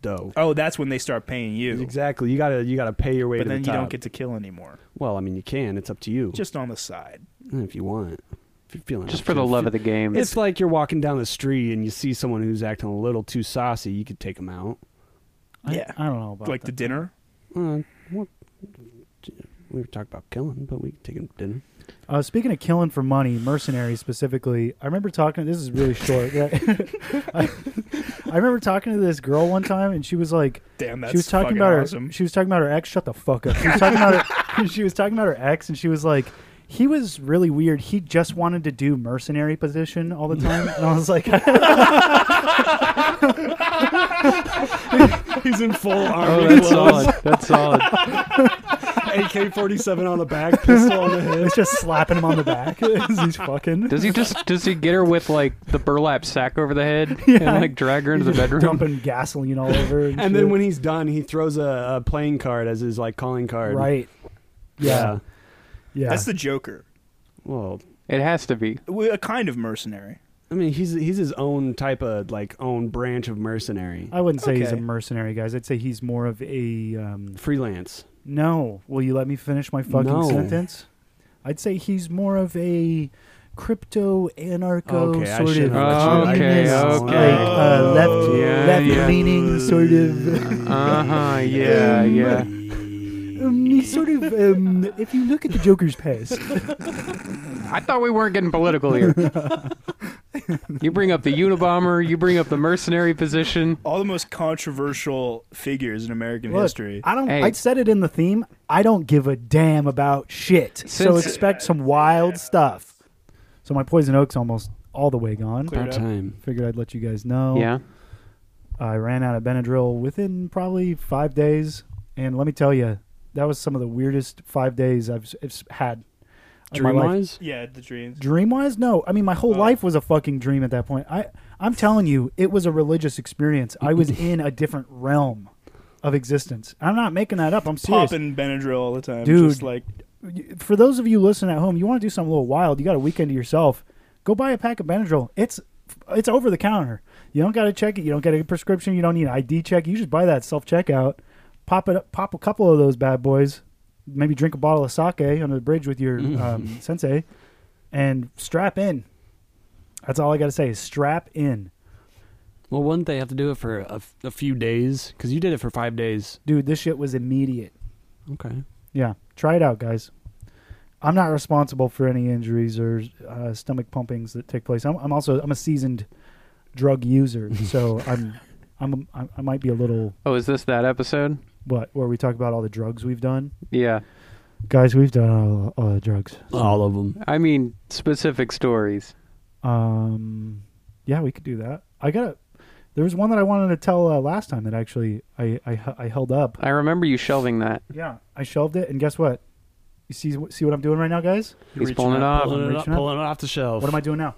S5: dough.
S4: oh, that's when they start paying you.
S5: Exactly. You gotta you gotta pay your way
S4: But
S5: to
S4: then
S5: the
S4: you
S5: top.
S4: don't get to kill anymore.
S5: well, I mean, you can. It's up to you.
S4: Just on the side.
S5: Eh, if you want. If you're feeling.
S2: just for the love of the game.
S5: It's like you're walking down the street and you see someone who's acting a little too saucy. You could take them out.
S3: I,
S4: Yeah.
S3: I don't know about
S4: like the
S3: that.
S4: dinner?
S5: Uh, well, we were talking about killing, but we can take them to dinner.
S3: Uh, speaking of killing for money, mercenaries specifically, I remember talking. This is really short. Yeah. I, I remember talking to this girl one time, and she was like,
S4: Damn, that's
S3: she was talking
S4: fucking
S3: about her.
S4: awesome.
S3: She was talking about her ex. Shut the fuck up. She was talking about her. She was talking about her ex, and she was like, he was really weird. He just wanted to do mercenary position all the time, and I was like,
S5: He's in full
S2: oh,
S5: armor,
S2: that's solid. That's solid.
S5: AK-47 on the back, pistol on the head.
S3: it's just slapping him on the back as he's fucking
S2: Does he just does he get her with like the burlap sack over the head
S3: Yeah.
S2: and like drag her into the
S3: He's just
S2: bedroom?
S3: dumping gasoline all over, and,
S5: And then
S3: shit.
S5: when he's done, he throws a, a playing card as his like calling card.
S3: right, yeah, yeah,
S4: That's the Joker.
S5: Well,
S2: It has to be.
S4: Well, A kind of mercenary.
S5: I mean, he's he's his own type of like own branch of mercenary,
S2: Uh,
S3: I wouldn't say he's a
S4: Okay.
S3: mercenary, guys. I'd say he's more of a. Um,
S5: freelance.
S3: no, will you let me finish my fucking
S5: No.
S3: sentence? I'd say he's more of a crypto anarcho
S5: Okay, I
S3: sort
S5: should've
S2: let
S3: of
S2: you- Okay,
S3: communist,
S2: okay.
S3: like uh, left
S2: Yeah,
S3: left
S2: yeah.
S3: leaning sort of.
S2: Uh huh. Yeah. Yeah.
S3: Um, he's sort of um, if you look at the Joker's past,
S2: I thought we weren't getting political here. you bring up the Unabomber. You bring up the mercenary position.
S4: All the most controversial figures in American
S3: Look,
S4: history.
S3: I don't.
S2: Hey.
S3: I said it in the theme. I don't give a damn about shit. so
S2: Since-
S3: expect some wild stuff. So my poison oak's almost all the way gone.
S4: Clear. Fair enough.
S5: time.
S3: Figured I'd let you guys know.
S2: Yeah.
S3: I ran out of Benadryl within probably five days, and let me tell you, that was some of the weirdest five days I've, s- s- had. of my
S5: Dream
S3: life.
S5: wise,
S4: yeah, the dreams.
S3: Dream-wise, no. I mean, my whole
S4: Oh.
S3: life was a fucking dream at that point. I, I'm telling you, it was a religious experience. I was in a different realm of existence. I'm not making that up. I'm serious.
S4: Popping Benadryl all the time.
S3: Dude.
S4: Just like
S3: For those of you listening at home, you want to do something a little wild. You got a weekend to yourself. Go buy a pack of Benadryl. It's It's over the counter. You don't got to check it. You don't get a prescription. You don't need an ID check. You just buy that self checkout. Pop it. up- Pop a couple of those bad boys. Maybe drink a bottle of sake under the bridge with your um, sensei, and strap in. That's all I got to say. Is strap in,
S5: Well, wouldn't they have to do it for a, f- a few days? Because you did it for five days.
S3: dude. This shit was immediate.
S5: Okay.
S3: Yeah, try it out, guys. I'm not responsible for any injuries or uh, stomach pumpings that take place. I'm, I'm also I'm a seasoned drug user, so I'm I'm I I might be a little
S2: Oh, is this that episode?
S3: what where we talk about all the drugs we've done,
S2: Yeah.
S3: guys. We've done all, all the drugs.
S5: All of them.
S2: I mean, specific stories.
S3: Um, yeah, we could do that. I got to There was one that I wanted to tell uh, last time that actually I I, h- I held up.
S2: I remember you shelving that.
S3: Yeah, I shelved it, and guess what? You see see what I'm doing right now, guys?
S2: He's
S4: reaching
S2: pulling it
S4: out,
S2: off.
S5: Pulling it,
S3: reaching
S5: off,
S3: up.
S5: pulling it off the shelf.
S3: What am I doing now?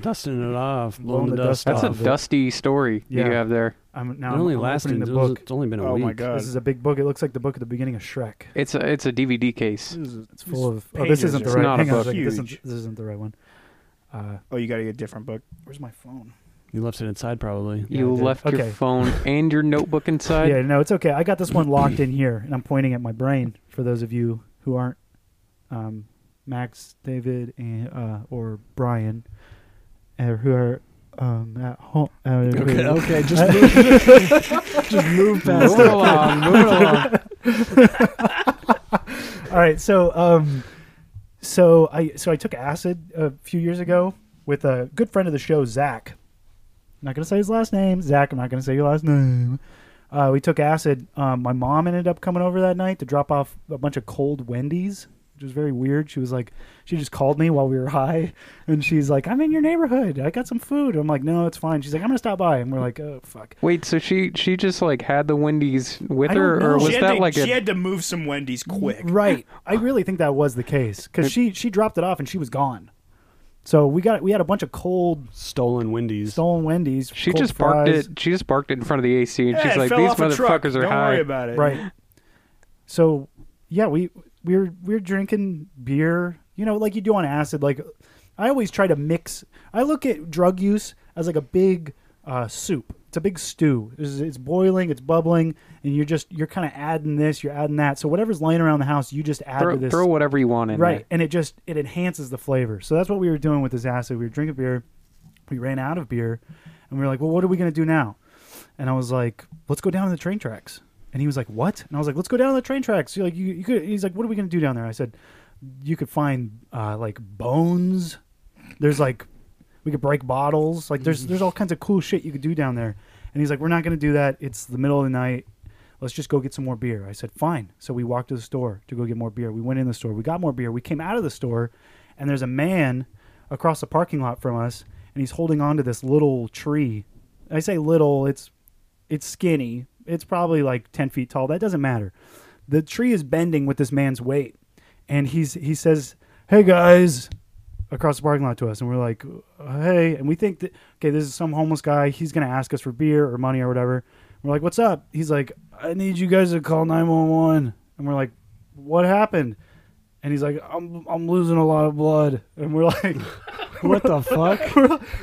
S5: Dusting it off.
S3: Blowing
S5: Blowing the
S3: the
S5: dust,
S3: dust
S2: That's a
S5: off.
S3: off.
S2: dusty story
S3: Yeah.
S2: you have there.
S3: I'm
S5: It
S3: now
S5: only
S3: I'm
S5: lasted.
S3: opening
S5: It
S3: the
S5: was,
S3: book.
S5: it's only been a
S1: Oh
S5: week.
S1: my god.
S3: This is a big book. It looks like the book at the beginning of Shrek.
S2: It's a it's a DVD case.
S1: This is-
S3: It's full of. Oh,
S1: pages
S3: this isn't the
S1: are
S3: right.
S2: not a
S3: hang on
S2: book.
S3: second. This, isn't,
S1: Huge.
S3: this isn't the right one. Uh,
S4: Oh, you got to get a different book.
S3: where's my phone?
S5: You left it inside, probably.
S3: Yeah,
S2: you
S3: I did.
S2: left your
S3: Okay.
S2: phone and your notebook inside.
S3: yeah, no, it's okay. I got this one locked in here, and I'm pointing at my brain. For those of you who aren't, um, Max, David, and uh, or Brian, uh, who are um, at home. Uh,
S5: Okay.
S3: who-
S5: Okay. Just move. just move past
S2: Move
S5: it.
S2: along, move along.
S3: All right, so um, so I so I took acid a few years ago with a good friend of the show, Zach. I'm not gonna say his last name, Zach. I'm not gonna say your last name. Uh, we took acid. Um, my mom ended up coming over that night to drop off a bunch of cold Wendy's, which was very weird. She was like, she just called me while we were high, and she's like, "I'm in your neighborhood. I got some food." I'm like, "No, it's fine." She's like, "I'm gonna stop by," and we're like, "Oh fuck."
S2: Wait, so she she just like had the Wendy's with
S3: I don't
S2: her,
S3: know.
S2: or was
S4: she had
S2: that
S4: to,
S2: like
S4: she
S2: a,
S4: had to move some Wendy's quick.
S3: Right. I really think that was the case because she she dropped it off and she was gone. So we got we had a bunch of cold
S5: Stolen Wendy's.
S3: stolen Wendy's.
S2: she
S3: cold
S2: just barked
S3: fries.
S2: it? She just barked it in front of the AC, and
S4: Yeah,
S2: she's
S4: it
S2: like,
S4: fell
S2: "These
S4: off a truck.
S2: motherfuckers are
S4: Don't
S2: high."
S4: worry about it.
S3: Right. So yeah, we we were we were drinking beer, you know, like you do on acid. Like I always try to mix. I look at drug use as like a big uh, soup. It's a big stew. It's, it's boiling, it's bubbling, and you're just you're kind of adding this, you're adding that. So whatever's laying around the house, you just add to
S2: throw,
S3: this.
S2: throw whatever you want in
S3: right and it just it enhances the flavor so that's what we were doing with this acid we were drinking beer we ran out of beer and we were like well what are we going to do now and i was like let's go down to the train tracks and he was like what and i was like let's go down to the train tracks He's like you, you could he's like what are we going to do down there i said you could find uh, like bones there's like we could break bottles like there's there's all kinds of cool shit you could do down there and he's like we're not going to do that it's the middle of the night let's just go get some more beer. I said, fine. So we walked to the store to go get more beer. We went in the store, we got more beer. We came out of the store, and there's a man across the parking lot from us, and he's holding on to this little tree. I say little, it's it's skinny. It's probably like ten feet tall. That doesn't matter. The tree is bending with this man's weight, and he's he says, "Hey guys." Across the parking lot to us, and we're like, "Hey!" And we think that okay, this is some homeless guy. He's gonna ask us for beer or money or whatever. We're like, "What's up?" He's like, "I need you guys to call 911." And we're like, "What happened?" And he's like, "I'm I'm losing a lot of blood." And we're like,
S5: What the fuck?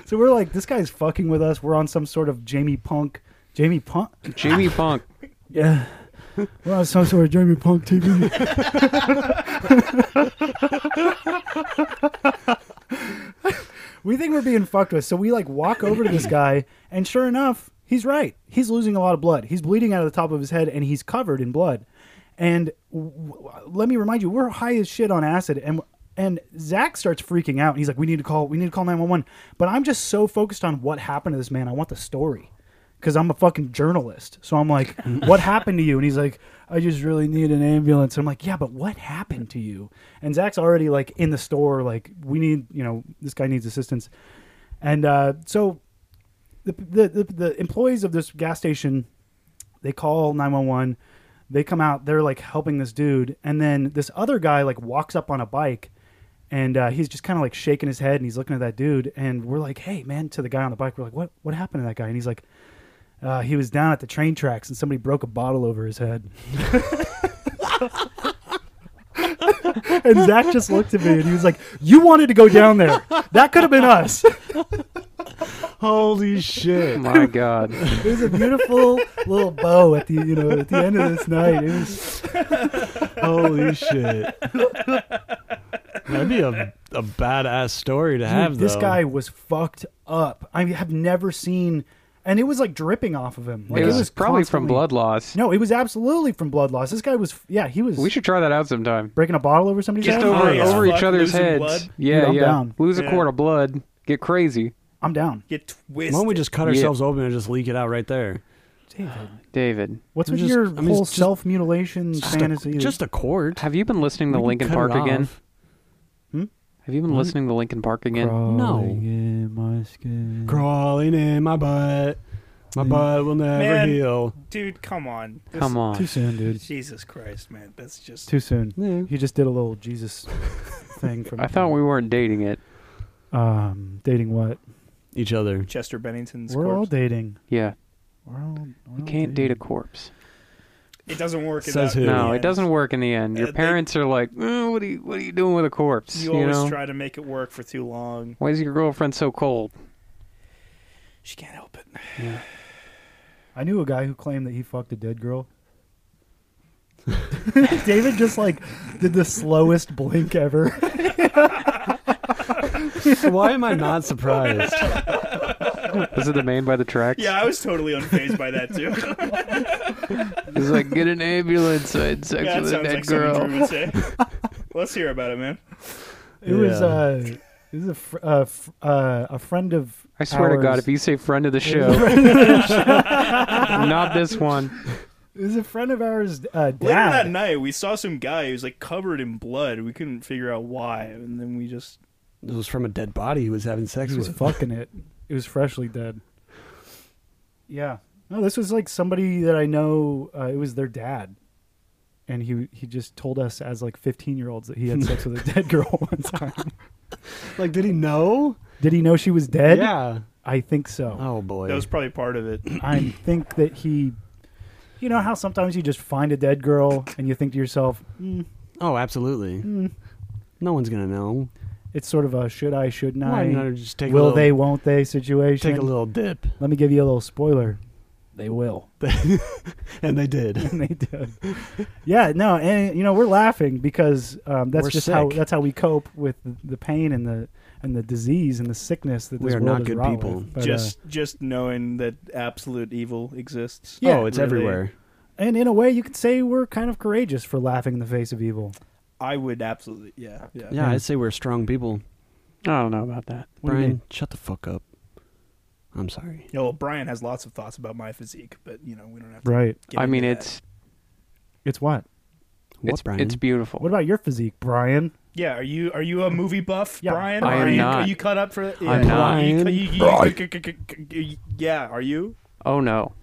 S3: so we're like, this guy's fucking with us. We're on some sort of Jamie Punk, Jamie Punk.
S2: it. Jamie Funk.
S3: Yeah, we're on some sort of Jamie Punk TV. we think we're being fucked with, so we like walk over to this guy, and sure enough, he's right. He's losing a lot of blood. He's bleeding out of the top of his head, and he's covered in blood. And w- w- let me remind you, we're high as shit on acid, and and Zach starts freaking out. He's like, "We need to call. We need to call nine one one." But I'm just so focused on what happened to this man. I want the story because I'm a fucking journalist. So I'm like, what happened to you? And he's like, I just really need an ambulance. I'm like, yeah, but what happened to you? And Zach's already like in the store, like, we need, you know, this guy needs assistance. And uh, so the, the, the, the employees of this gas station, they call 911. They come out, they're like helping this dude. And then this other guy like walks up on a bike and uh, he's just kind of like shaking his head and he's looking at that dude. And we're like, hey, man, to the guy on the bike, we're like, what, what happened to that guy? And he's like, uh, he was down at the train tracks and somebody broke a bottle over his head. and Zach just looked at me and he was like, You wanted to go down there. That could have been us.
S6: Holy shit.
S2: My God.
S3: There's a beautiful little bow at the you know at the end of this night. It was
S5: Holy shit. That'd be a, a badass story to
S3: dude,
S5: have,
S3: this
S5: though.
S3: guy was fucked up. I have never seen, and it was like dripping off of him. Like
S2: it was, probably from
S3: constantly-
S2: blood loss.
S3: No, it was absolutely from blood loss. This guy was yeah, he was
S2: We Oh, should try that out sometime.
S3: breaking a bottle over somebody's
S2: Just
S3: head.
S2: over
S4: yeah.
S2: over each
S4: Fuck,
S2: other's
S4: losing
S2: heads.
S4: blood.
S2: Yeah,
S3: Dude, I'm
S2: yeah.
S3: down.
S2: Lose a
S4: Yeah.
S2: quart of blood. Get crazy,
S3: I'm down,
S4: Get
S5: Why
S4: twisted.
S5: don't we just cut
S2: Yeah.
S5: ourselves open and just leak it out right there?
S3: David.
S2: David.
S3: What's
S5: I'm
S3: with
S5: just-
S3: your
S5: I mean, it's
S3: whole
S5: just-
S3: self mutilation
S5: Just
S3: fantasy?
S5: a, just a quart.
S2: Have you been listening to
S5: We can
S2: Lincoln
S5: cut it
S2: Park again?
S5: off.
S2: Have you
S4: Mm-hmm.
S2: been listening to Lincoln Park again?
S5: No.
S6: In my skin.
S5: Crawling in my butt. My butt will never
S4: Man.
S5: heal.
S4: Dude, come on. This-
S2: Come
S3: Too
S2: on.
S3: soon, dude.
S4: Jesus Christ, man. That's just.
S3: Too soon.
S5: Yeah.
S3: He just did a little Jesus thing from.
S2: I thought we weren't dating it.
S3: um dating what?
S5: Each other.
S4: Chester Bennington's
S3: We're all
S4: corpse.
S3: dating.
S2: Yeah.
S3: We're all. We're
S2: You
S3: all
S2: can't
S3: dating.
S2: date a corpse.
S4: It doesn't work.
S5: Says
S4: out in
S5: who?
S4: the
S2: No, it
S4: end.
S2: doesn't work in the end. Your
S4: Uh, they-
S2: parents are like, "Eh, "What are you? What are you doing with a corpse?"
S4: You always
S2: know?
S4: try to make it work for too long.
S2: Why is your girlfriend so cold?
S4: She can't help it.
S3: I knew a guy who claimed that he fucked a dead girl. David just like did the slowest blink ever.
S5: Why am I not surprised?
S2: Was it the man by the tracks?
S4: Yeah, I was totally unfazed by that too.
S2: He's like, "Get an ambulance. I had sex
S4: Yeah, that
S2: with a
S4: sounds
S2: dead
S4: like something
S2: girl."
S4: Drew would say. Let's hear about it, man.
S3: It was
S5: Yeah.
S3: uh, it was a fr- uh, fr- uh, a friend of.
S2: I swear to God,
S3: ours-
S2: if you say friend of the show, not this one.
S3: it was a friend of ours, uh,
S4: Later that
S3: dad.
S4: night, we saw some guy who was like covered in blood. We couldn't figure out why, and then we just
S5: It was from a dead body he was having sex
S3: He was
S5: with.
S3: fucking it. It was freshly dead. Yeah. No, this was like somebody that I know. Uh, it was their dad, and he he just told us as like fifteen year olds that he had sex with a dead girl one time.
S5: Like, did he know?
S3: Did he know she was dead?
S5: Yeah.
S3: I think so.
S5: Oh boy.
S4: that was probably part of it.
S3: I think that he, you know how sometimes you just find a dead girl and you think to yourself, mm,
S5: oh, absolutely. No one's gonna know.
S3: it's sort of a should I, shouldn't
S5: Why
S3: I,
S5: not just take a
S3: will
S5: little,
S3: they, won't they situation.
S5: take a little dip?
S3: Let me give you a little spoiler. They will.
S5: And they did.
S3: And they did. yeah, no, and you know we're laughing because um, that's
S5: We're
S3: just how
S5: sick.
S3: that's how we cope with the, the pain and the and the disease and the sickness that
S5: We
S3: this
S5: are
S3: world
S5: not
S3: is
S5: good
S3: wrought
S5: people.
S3: with. But, uh,
S4: just just knowing that absolute evil exists.
S3: Yeah,
S5: oh, it's
S4: really.
S5: everywhere.
S3: and in a way, you could say we're kind of courageous for laughing in the face of evil.
S4: I would absolutely, yeah, yeah.
S5: Yeah, I'd say we're strong people.
S2: I don't know about that.
S3: What do you
S5: Brian,
S3: mean?
S5: shut the fuck up. I'm sorry.
S4: You know, Brian has lots of thoughts about my physique, but you know, we don't have to.
S3: Right.
S4: get
S2: I mean,
S4: into that.
S2: it's
S3: It's what?
S5: What,
S2: it's
S5: Brian?
S2: it's beautiful.
S3: What about your physique, Brian?
S4: yeah. Are you are you a movie buff,
S3: Yeah.
S4: Brian?
S2: I am
S4: are you,
S2: not.
S4: Are you cut up for? Yeah.
S2: I'm not.
S4: Are you-
S5: Brian.
S4: you- you- you- you- you- you- Yeah. Are you?
S2: oh no,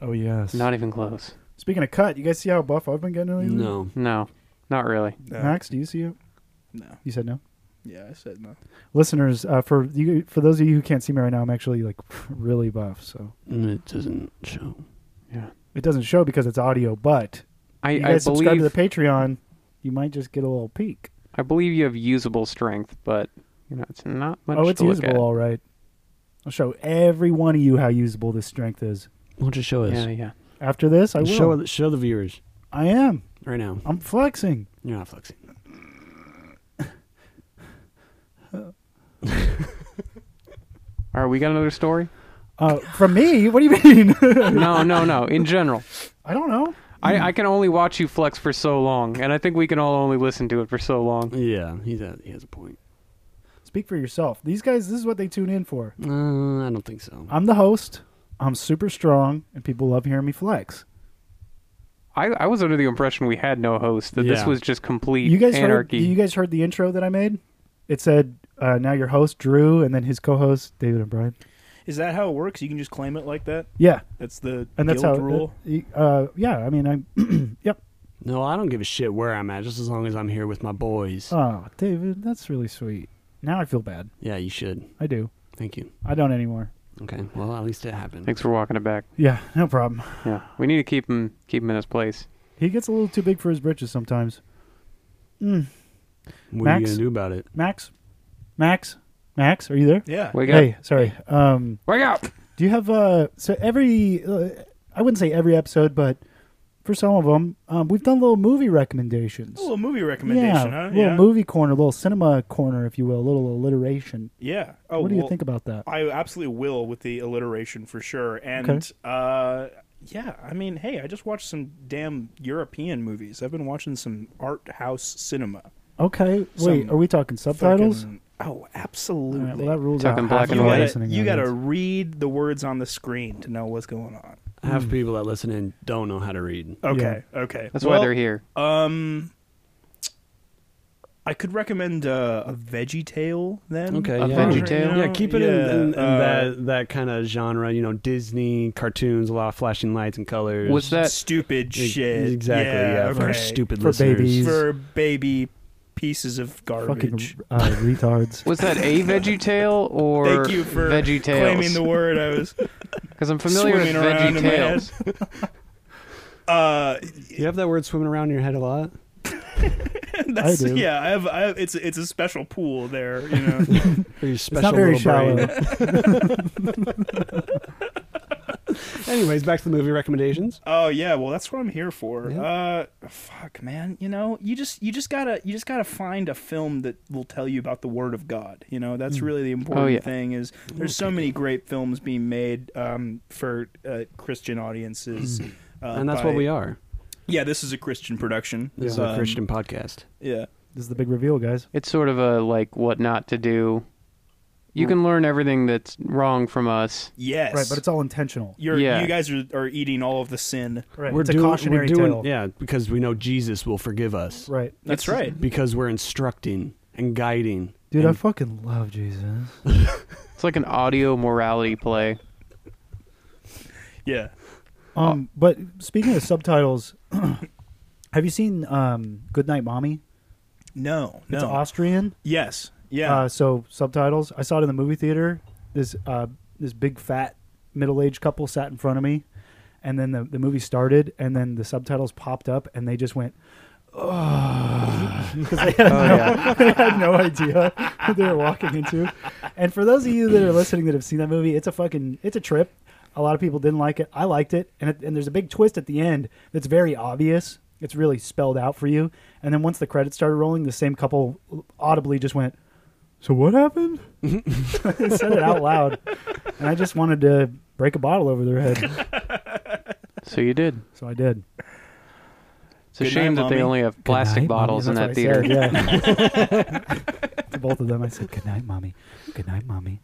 S3: Oh yes.
S2: not even close.
S3: Speaking of cut, you guys see how buff I've been getting lately?
S5: e- no.
S2: No, not really.
S4: No.
S3: Max, do you see it?
S4: No.
S3: You said no.
S4: Yeah, I said no.
S3: Listeners, uh, for you, for those of you who can't see me right now, I'm actually like really buff. So
S5: Mm, It doesn't show.
S3: it doesn't show because it's audio, but
S2: I,
S3: you
S2: I
S3: guys subscribe to
S2: believe
S3: the Patreon, you might just get a little peek.
S2: I believe you have usable strength, but you know it's not much.
S3: oh, it's
S2: to look
S3: usable,
S2: at.
S3: all right. I'll show every one of you how usable this strength is.
S5: Won't you show us?
S2: Yeah, yeah.
S3: After this, I will.
S5: Show show the viewers
S3: I am.
S5: right now.
S3: I'm flexing.
S5: You're not flexing.
S2: All right, we got another story.
S3: Uh, from me? What do you mean?
S2: no, no, no. In general,
S3: I don't know.
S2: I, I can only watch you flex for so long, and I think we can all only listen to it for so long.
S5: Yeah, he's a, he has a point.
S3: Speak for yourself. These guys, this is what they tune in for.
S5: Uh, I don't think so.
S3: I'm the host. I'm super strong, and people love hearing me flex.
S2: I, I was under the impression we had no host, that this
S5: Yeah.
S2: was just complete
S3: You guys
S2: anarchy.
S3: heard? You guys heard the intro that I made? It said, uh, "Now your host Drew, and then his co-host David and Brian."
S4: Is that how it works? You can just claim it like that.
S3: Yeah,
S4: That's the
S3: and that's
S4: guild
S3: how.
S4: rule.
S3: Uh, yeah, I mean, I'm. yep.
S5: No, I don't give a shit where I'm at, just as long as I'm here with my boys.
S3: Oh, David, that's really sweet. Now I feel bad.
S5: yeah, you should.
S3: I do.
S5: Thank you.
S3: I don't anymore.
S5: Okay. Well, at least it happened.
S2: Thanks for walking it back.
S3: Yeah, no problem.
S2: Yeah, we need to keep him keep him in his place.
S3: He gets a little too big for his britches sometimes. Mm,
S5: What are
S3: Max?
S5: you gonna do about it?
S3: Max, Max, Max, are you there?
S4: Yeah.
S2: Wake up!
S3: Hey, sorry. Um,
S2: Wake up!
S3: do you have uh? So every, uh, I wouldn't say every episode, but for some of them, um, we've done little movie recommendations.
S4: Oh, A little movie recommendation,
S3: yeah,
S4: huh?
S3: little
S4: yeah.
S3: movie corner, little cinema corner, if you will, a little alliteration.
S4: Yeah. Oh,
S3: what do you
S4: well,
S3: think about that?
S4: I absolutely will with the alliteration for sure. And
S3: Okay.
S4: uh, yeah, I mean, hey, I just watched some damn European movies. I've been watching some art house cinema.
S3: Okay, wait,
S4: Some
S3: are we talking subtitles?
S4: Fucking- oh,
S3: All right,
S4: absolutely.
S3: well, that rules
S2: Talking
S3: out
S2: black
S3: half
S2: and
S3: of our
S2: white.
S4: you gotta,
S3: listening
S4: you gotta
S3: audience.
S4: read the words on the screen to know what's going on.
S5: Half the people that listen in don't know how to read.
S4: Okay. Okay.
S2: That's
S4: Well,
S2: why they're here.
S4: Um, I could recommend uh, a Veggie Tale then.
S5: Okay,
S2: A
S5: yeah.
S2: VeggieTale?
S5: Yeah, keep it
S4: Yeah,
S5: in, in, in
S4: uh,
S5: that that kind of genre. You know, Disney cartoons, a lot of flashing lights and colors.
S2: Was that
S4: stupid
S5: E-
S4: shit.
S5: exactly? Yeah, for
S4: okay.
S5: stupid
S3: For
S5: listeners.
S3: babies.
S4: for baby pieces of
S3: fucking
S4: garbage.
S3: uh, retards.
S2: was that a Veggie Tale or
S4: Thank you for
S2: Veggie
S4: claiming the
S2: Tales?
S4: word. I was.
S2: Because I'm familiar with
S4: swimming around
S2: Veggie
S4: in my head.
S2: Tales.
S4: Uh,
S5: You have that word swimming around in your head a lot.
S4: that's,
S3: do.
S4: Yeah, I have, I have. It's it's a special pool there. You know.
S5: Or your
S3: It's
S5: special
S3: not very
S5: little
S3: shallow.
S5: brain. Anyways, back to the movie recommendations.
S4: Oh yeah, well that's what I'm here for.
S5: Yeah.
S4: Uh fuck man, you know, you just you just got to you just got to find a film that will tell you about the word of God, you know.
S5: Mm.
S4: That's really
S5: Oh,
S4: the important
S2: yeah.
S4: thing is there's so many great films being made um for uh, Christian audiences. Uh,
S5: Mm. and that's what we are.
S4: Yeah, this is a Christian production.
S5: This is
S4: Um,
S5: a Christian podcast.
S4: Yeah.
S3: This is the big reveal, guys.
S2: It's sort of a like what not to do. You can learn everything that's wrong from us.
S4: Yes.
S3: Right, but it's all intentional.
S4: You're,
S2: Yeah.
S4: You guys are, are eating all of the sin.
S3: Right,
S5: we're
S3: it's
S5: doing,
S3: a cautionary
S5: we're doing,
S3: tale.
S5: yeah, because we know Jesus will forgive us.
S3: Right,
S4: That's right.
S5: Because we're instructing and guiding.
S3: dude, I
S5: and
S3: fucking love Jesus.
S2: It's like an audio morality play.
S4: Yeah.
S3: Um, but speaking of subtitles, have you seen um, "Goodnight, Mommy"?
S4: No. No.
S3: It's Austrian.
S4: Yes. Yeah.
S3: Uh, so subtitles. I saw it in the movie theater. This uh, this big fat middle aged couple sat in front of me, and then the, the movie started, and then the subtitles popped up, and they just went. Because they, had no- they had no idea what they were walking into, and for those of you that are listening that have seen that movie, it's a fucking it's a trip. A lot of people didn't like it. I liked it, and it, and there's a big twist at the end that's very obvious. It's really spelled out for you. And then once the credits started rolling, the same couple audibly just went, so what happened? they said it out loud, and I just wanted to break a bottle over their head,
S2: So you did.
S3: so I did.
S2: It's a
S4: Good
S2: shame
S4: night,
S2: that they
S4: Mommy.
S2: only have plastic bottles in that theater.
S3: yeah. to both of them, I said, "Good night, mommy. Good night, mommy."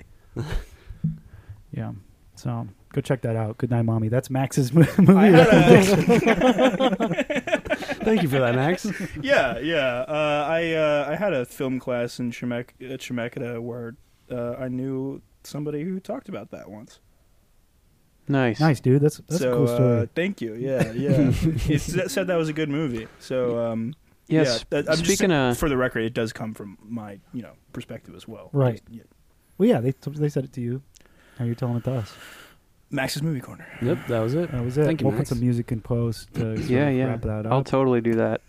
S3: yeah. So go check that out. Good night, mommy. That's Max's mo-
S4: I
S5: Uh,
S3: movie.
S4: had
S3: recommendation.
S4: a,
S5: Thank you for that, Max.
S4: yeah, yeah. Uh, I uh, I had a film class in Chemek- uh, Chemeketa where uh, I knew somebody who talked about that once.
S2: Nice.
S3: nice, dude. That's that's
S4: so
S3: a cool story.
S4: Uh, thank you. Yeah, yeah. he s- said that was a good movie. So um,
S2: Yes.
S4: yeah, that- I'm just
S2: speaking
S4: saying-
S2: of
S4: for the record, it does come from my you know perspective as well.
S3: Right.
S4: Just- yeah.
S3: well, yeah, they they said it to you. Now you're telling it to us.
S4: Max's movie corner.
S5: Yep, that was it.
S3: That was it.
S5: Thank you,
S3: we'll
S5: Max.
S3: put some music in post to sort
S2: yeah,
S3: of
S2: yeah.
S3: wrap that up.
S2: I'll totally do that.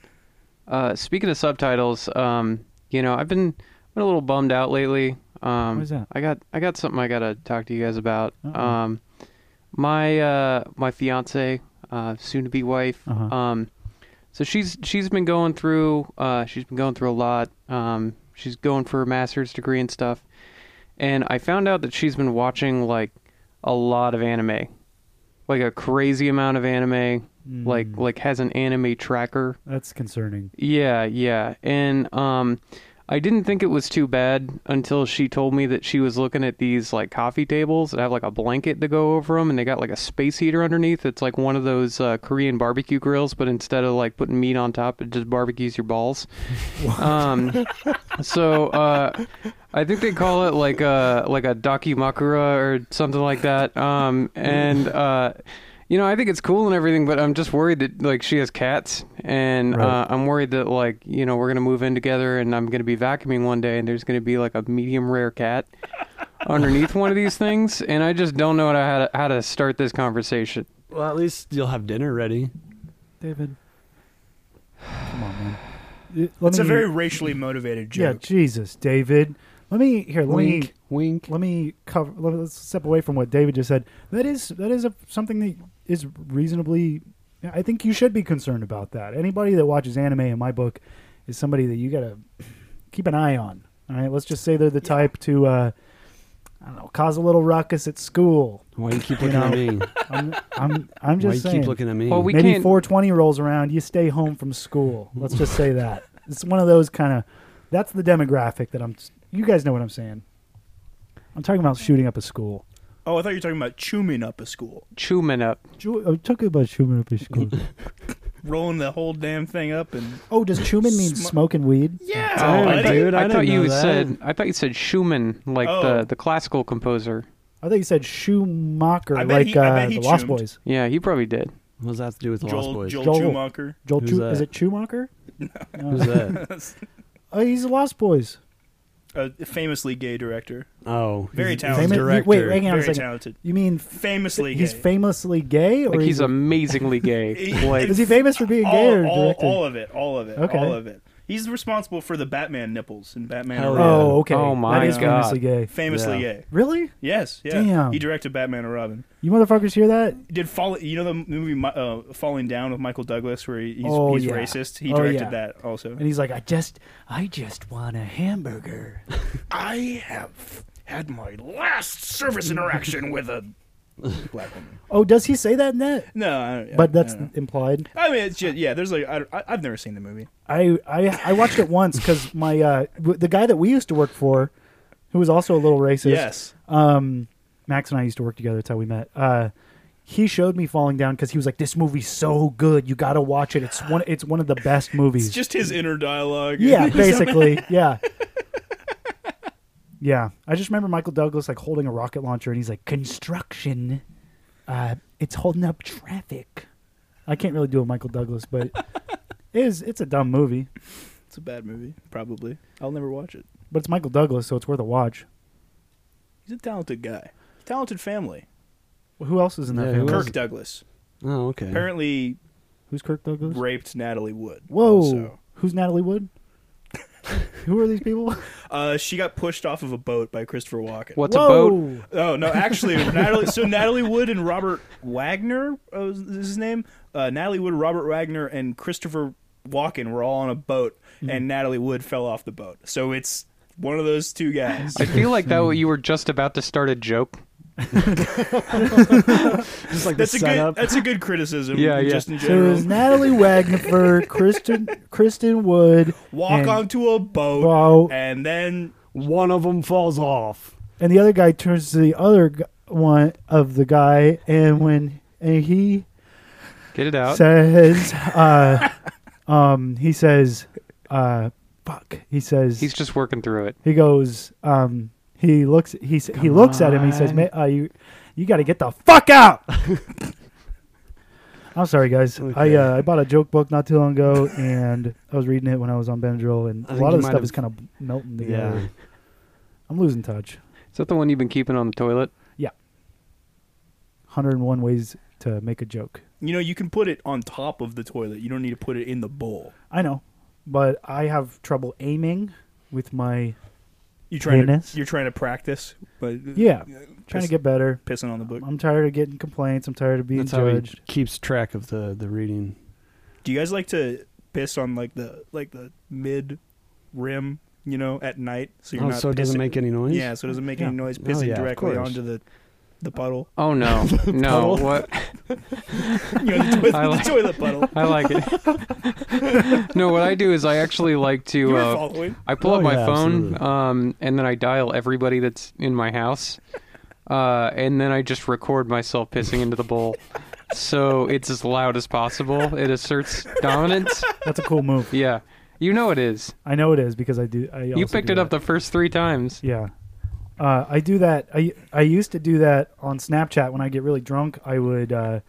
S2: Uh, speaking of subtitles, um, you know, I've been been a little bummed out lately. Um,
S3: What is that?
S2: I got I got something I gotta talk to you guys about.
S3: Uh-oh.
S2: Um, my uh, my fiance, uh, soon to be wife.
S3: Uh-huh.
S2: Um, so she's she's been going through uh, she's been going through a lot. Um, she's going for her master's degree and stuff. And I found out that she's been watching like a lot of anime, like a crazy amount of anime. um, Like
S3: Mm.
S2: like has an anime tracker.
S3: That's concerning.
S2: Yeah, yeah. And um I didn't think it was too bad until she told me that she was looking at these like coffee tables that have like a blanket to go over them and they got like a space heater underneath. It's like one of those uh, Korean barbecue grills, but instead of like putting meat on top, it just barbecues your balls. Um so uh I think they call it like a like a dakimakura or something like that. Um and uh you know, I think it's cool and everything, but I'm just worried that like she has cats, and
S3: Right.
S2: uh, I'm worried that like you know we're gonna move in together, and I'm gonna be vacuuming one day, and there's gonna be like a medium rare cat underneath one of these things, and I just don't know how to how to start this conversation.
S5: Well, at least you'll have dinner ready.
S3: David. Come on, man. It- Let
S4: It's a
S3: me-
S4: very racially motivated
S3: yeah,
S4: joke.
S3: Jesus, David. Let me here. Let me
S5: wink, wink.
S3: let me cover. Let, us step away from what David just said. That is that is a, something that is reasonably. I think you should be concerned about that. Anybody that watches anime in my book is somebody that you gotta keep an eye on. All right, let's just say they're the type to, uh, I don't know, cause a little ruckus at school.
S5: Why you keep
S3: You
S5: looking at
S3: know,
S5: me?
S3: I'm, I'm, I'm
S5: Why
S3: just
S5: you
S3: saying.
S5: keep looking at me?
S2: Well, we
S3: Maybe
S2: can't-
S3: 420 rolls around, you stay home from school. Let's just say that it's one of those kind of. That's the demographic that I'm. You guys know what I'm saying. I'm talking about shooting up a school.
S4: Oh, I thought you were talking about chewing up a school,
S2: Chewman up.
S3: Ju-
S4: uh,
S3: I'm talking about shooting up a school.
S4: rolling the whole damn thing up, and
S3: oh, does Schumann mean
S4: Sm-
S3: smoking weed?
S4: yeah,
S5: Oh,
S2: I,
S4: buddy.
S2: thought-
S5: dude, I
S2: I thought
S5: didn't
S2: you
S5: know that.
S2: said I thought you said Schumann, like
S4: Oh.
S2: the, the classical composer.
S3: I thought you said Schumacher,
S4: I bet
S3: like
S4: he- I
S3: uh,
S4: bet
S3: the
S4: he
S3: Lost
S4: chewed.
S3: Boys.
S2: Yeah, he probably did.
S5: What does that have to do with the Lost
S4: Joel,
S5: Boys?
S4: Joel
S3: Joel.
S4: Schumacher.
S3: Joel,
S5: Who's
S3: Chu- is
S5: that?
S3: it Schumacher?
S5: Who's that?
S3: Oh, he's the Lost Boys.
S4: a famously gay director,
S5: Oh,
S4: Very
S5: he's- he's
S4: talented.
S5: a
S4: Famous-
S5: director.
S3: wait, hang on a
S4: very
S3: second.
S4: talented,
S3: You mean
S4: famously
S3: he's
S4: gay.
S3: famously gay, or
S2: Like he's
S3: he's
S2: amazingly gay. like
S3: is he famous for being
S4: all,
S3: gay or
S4: all,
S3: directed?
S4: all of it, all of it,
S3: Okay.
S4: all of it. He's responsible for the Batman nipples in Batman.
S5: Hell
S4: Arabia.
S5: yeah.
S3: Oh, okay.
S2: Oh, my
S3: that is
S2: God.
S3: famously gay.
S4: Famously
S5: Yeah.
S4: gay.
S3: Really?
S4: Yes. Yeah.
S3: Damn.
S4: He directed Batman and Robin.
S3: You motherfuckers hear that?
S4: Did fall? You know the movie Mi- uh, Falling Down with Michael Douglas, where he, he's,
S3: Oh,
S4: he's
S3: yeah.
S4: racist. He
S3: Oh,
S4: directed
S3: yeah.
S4: that also.
S3: And he's like, I just, I just want a hamburger.
S4: I have had my last service interaction with a black woman.
S3: Oh, does he say that in that?
S4: No, I don't,
S3: But that's
S4: I, don't know.
S3: implied.
S4: I mean, it's just yeah. There's like I, I, I've never seen the movie.
S3: I, I, I watched it once because my, uh, w- the guy that we used to work for, who was also a little racist.
S4: Yes.
S3: Um, Max and I used to work together. That's how we met. Uh, he showed me falling down because he was like, "This movie's so good. You got to watch it. It's one. It's one of the best movies."
S4: It's just his inner dialogue.
S3: Yeah, basically. yeah. Yeah. I just remember Michael Douglas like holding a rocket launcher and he's like, construction. Uh, it's holding up traffic. I can't really do a Michael Douglas, but it is it's a dumb movie.
S4: It's a bad movie, probably. I'll never watch it.
S3: But it's Michael Douglas, so it's worth a watch.
S4: He's a talented guy. Talented family.
S3: Well, who else is in that
S5: Yeah,
S3: film?
S5: who else?
S4: Kirk Douglas
S5: Oh, okay.
S4: apparently
S3: Who's Kirk Douglas?
S4: raped Natalie Wood.
S3: Whoa.
S4: also.
S3: Who's Natalie Wood? who are these people?
S4: Uh, she got pushed off of a boat by Christopher Walken.
S2: what's
S3: Whoa.
S2: a boat?
S4: Oh no! Actually, Natalie. So Natalie Wood and Robert Wagner uh, is his name. Uh, Natalie Wood, Robert Wagner, and Christopher Walken were all on a boat, and Natalie Wood fell off the boat. So it's one of those two guys.
S2: I feel like that you were just about to start a joke.
S5: Just like
S4: that's
S5: the
S4: a
S5: setup.
S4: good. That's a good criticism.
S2: Yeah, yeah.
S4: Just in
S3: So it
S4: general,
S3: was Natalie Wagner, Kristen, Kristen Wood,
S4: walk
S3: and-
S4: onto a boat,
S3: Wow.
S4: and then
S5: One of them falls off.
S3: and the other guy turns to the other gu- one of the guy and when and he
S2: Get it out.
S3: says uh um he says uh fuck he says
S2: He's just working through it.
S3: he goes um he looks he s- he
S5: Come
S3: looks at him he says
S5: on.
S3: "Ma- uh, you you got to get the fuck out I'm sorry, guys. I
S5: Okay.
S3: uh, I bought a joke book not too long ago, and I was reading it when I was on Benadryl, and
S5: I
S3: a
S5: think
S3: lot
S5: you
S3: of the
S5: might
S3: stuff
S5: have-
S3: is kind of melting
S5: Yeah.
S3: together. I'm losing touch.
S2: Is that the one you've been keeping on the toilet?
S3: 101 ways to make a joke.
S4: you know you can put it on top of the toilet. You don't need to put it in the bowl.
S3: I know, but I have trouble aiming with my
S4: You trying
S3: Penis?
S4: to you're trying to practice, but
S3: yeah. Trying to
S4: Piss-
S3: get better.
S4: pissing on the book.
S3: I'm tired of getting complaints. I'm tired of being
S5: That's how he
S3: judged.
S5: keeps track of the the reading.
S4: Do you guys like to piss on like the like the mid rim, you know, at night? So you're
S5: Oh,
S4: not
S5: so it doesn't
S4: pissing-
S5: make any noise.
S4: Yeah, so it doesn't make
S3: Yeah.
S4: any noise
S5: Oh,
S4: pissing
S5: yeah, of
S4: directly
S5: course. Uh,
S4: onto the the puddle.
S2: Oh no, no.
S5: Puddle.
S2: What?
S4: You know, the, toilet,
S2: I
S4: the
S2: like-
S4: toilet puddle.
S2: I like it. no, what I do is I actually like
S4: You
S2: to.
S4: were
S2: Uh,
S4: following.
S2: I pull
S5: Oh,
S2: up my
S5: yeah, absolutely.
S2: phone, um, and then I dial everybody that's in my house, uh, and then I just record myself pissing into the bowl, so it's as loud as possible. It asserts dominance.
S3: That's a cool move.
S2: Yeah, you know it is.
S3: I know it is because I do. I
S2: You picked it up the first three times.
S3: yeah. Uh, I do that. I I used to do that on Snapchat when I get really drunk. I would, uh,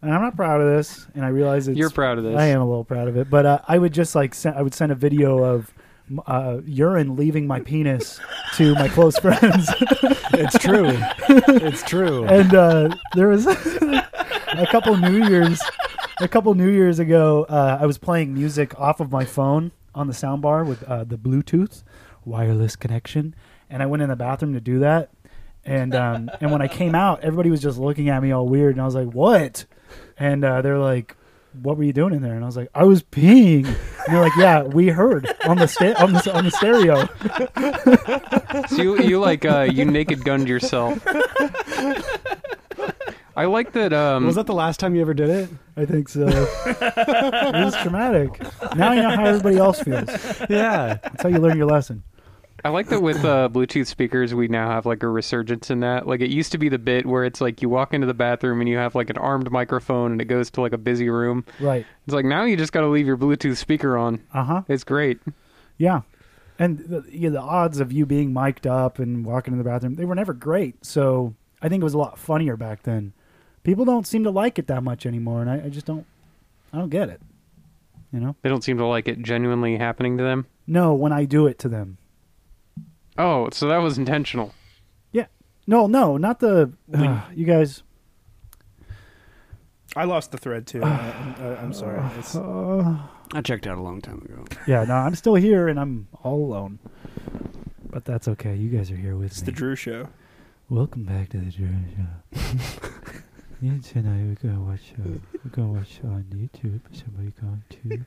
S3: and I'm not proud of this. And I realize it's
S2: You're proud of this.
S3: I am a little proud of it, but uh, I would just like send, I would send a video of m- uh, urine leaving my penis to my close friends.
S5: It's true. it's true.
S3: and uh, there was a couple New Year's, a couple New Years ago, uh, I was playing music off of my phone on the soundbar with uh, the Bluetooth wireless connection. And I went in the bathroom to do that. And um, and when I came out, everybody was just looking at me all weird. And I was like, what? And uh, they're like, what were you doing in there? And I was like, I was peeing. And they're like, yeah, we heard on the sta- on the on the stereo.
S2: So you, you like uh, you naked gunned yourself. I like that. Um,
S5: Was that the last time you ever did it?
S3: I think so. it was traumatic. Now I know how everybody else feels.
S5: Yeah.
S3: That's how you learn your lesson.
S2: I like that with uh, Bluetooth speakers, we now have like a resurgence in that. Like it used to be the bit where it's like you walk into the bathroom and you have like an armed microphone and it goes to like a busy room.
S3: Right.
S2: It's like now you just got to leave your Bluetooth speaker on.
S3: Uh huh.
S2: It's great.
S3: Yeah. And the, yeah, the odds of you being mic'd up and walking in the bathroom, they were never great. So I think it was a lot funnier back then. People don't seem to like it that much anymore, and I, I just don't. I don't get it. You know.
S2: They don't seem to like it genuinely happening to them.
S3: No, when I do it to them.
S2: Oh, so that was intentional.
S3: Yeah. No, no, not the. Ah, you guys.
S4: I lost the thread too. I, I, I'm sorry. It's,
S5: I checked out a long time ago.
S3: Yeah. No, I'm still here, and I'm all alone. But that's okay. You guys are here with
S4: it's
S3: me.
S4: the Drew show.
S6: Welcome back to the Jerry Show. Me and tonight we're gonna watch. Uh, we're gonna watch on YouTube. Somebody going to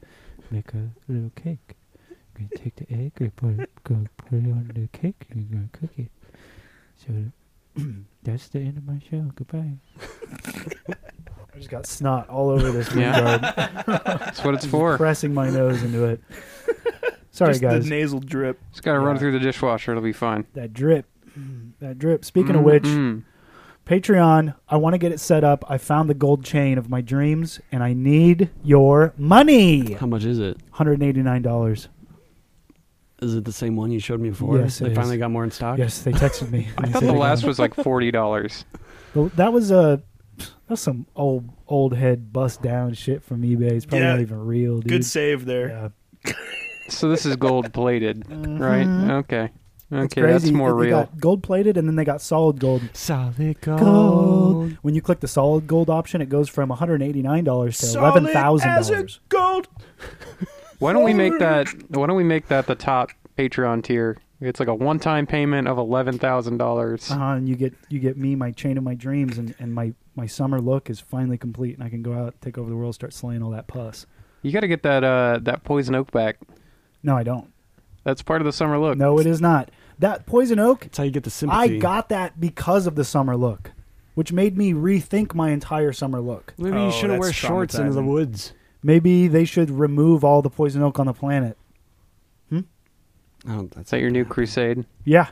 S6: make a little cake. We're gonna take the egg. We're gonna put, gonna put it on the cake. and We're gonna cook it. So that's the end of my show. Goodbye.
S3: I just got snot all over this room
S2: Yeah.
S3: guard,
S2: That's what it's for.
S3: pressing my nose into it. Sorry,
S4: Just
S3: guys.
S4: the nasal drip.
S2: Just got to run
S3: Yeah.
S2: through the dishwasher. It'll be fine.
S3: that drip, Mm, that drip. Speaking of
S4: Mm-hmm.
S3: which,
S2: Mm-mm.
S3: Patreon. I want to get it set up. I found the gold chain of my dreams, and I need your money. One
S5: How much is it?
S3: hundred eighty-nine dollars.
S5: Is it the same one you showed me before?
S3: Yes, it
S5: they finally
S3: is.
S5: got more in stock.
S3: Yes, they texted me.
S2: I thought the last was like forty dollars.
S3: was that was a that's some old old head bust down shit from eBay. It's probably
S4: Yeah.
S3: not even real, dude.
S4: Good save there.
S3: Yeah.
S2: So this is gold plated, right? Okay.
S3: It's
S2: Okay,
S3: Mm-hmm. crazy.
S2: that's more
S3: They- they
S2: real.
S3: got gold plated, and then they got solid gold.
S5: Solid gold.
S3: gold. When you click the solid gold option, it goes from one hundred eighty nine dollars to
S4: Solid
S3: eleven thousand
S4: as a
S3: dollars.
S4: Gold.
S2: Why don't we make that? Why don't we make that the top Patreon tier? It's like a one-time payment of eleven thousand dollars.
S3: Uh-huh, and you get you get me my chain of my dreams, and, and my my summer look is finally complete, and I can go out, take over the world, start slaying all that pus.
S2: You got to get that uh that poison oak back.
S3: No, I don't.
S2: That's part of the summer look.
S3: No, it is not that poison oak.
S5: That's how you get the sympathy.
S3: I got that because of the summer look, which made me rethink my entire summer look.
S5: Maybe
S4: Oh,
S5: you shouldn't wear
S4: that's
S5: shorts into the
S4: traumatizing.
S5: woods.
S3: Maybe they should remove all the poison oak on the planet.
S5: I don't. Oh, That's
S2: Is that your new crusade?
S3: Yeah,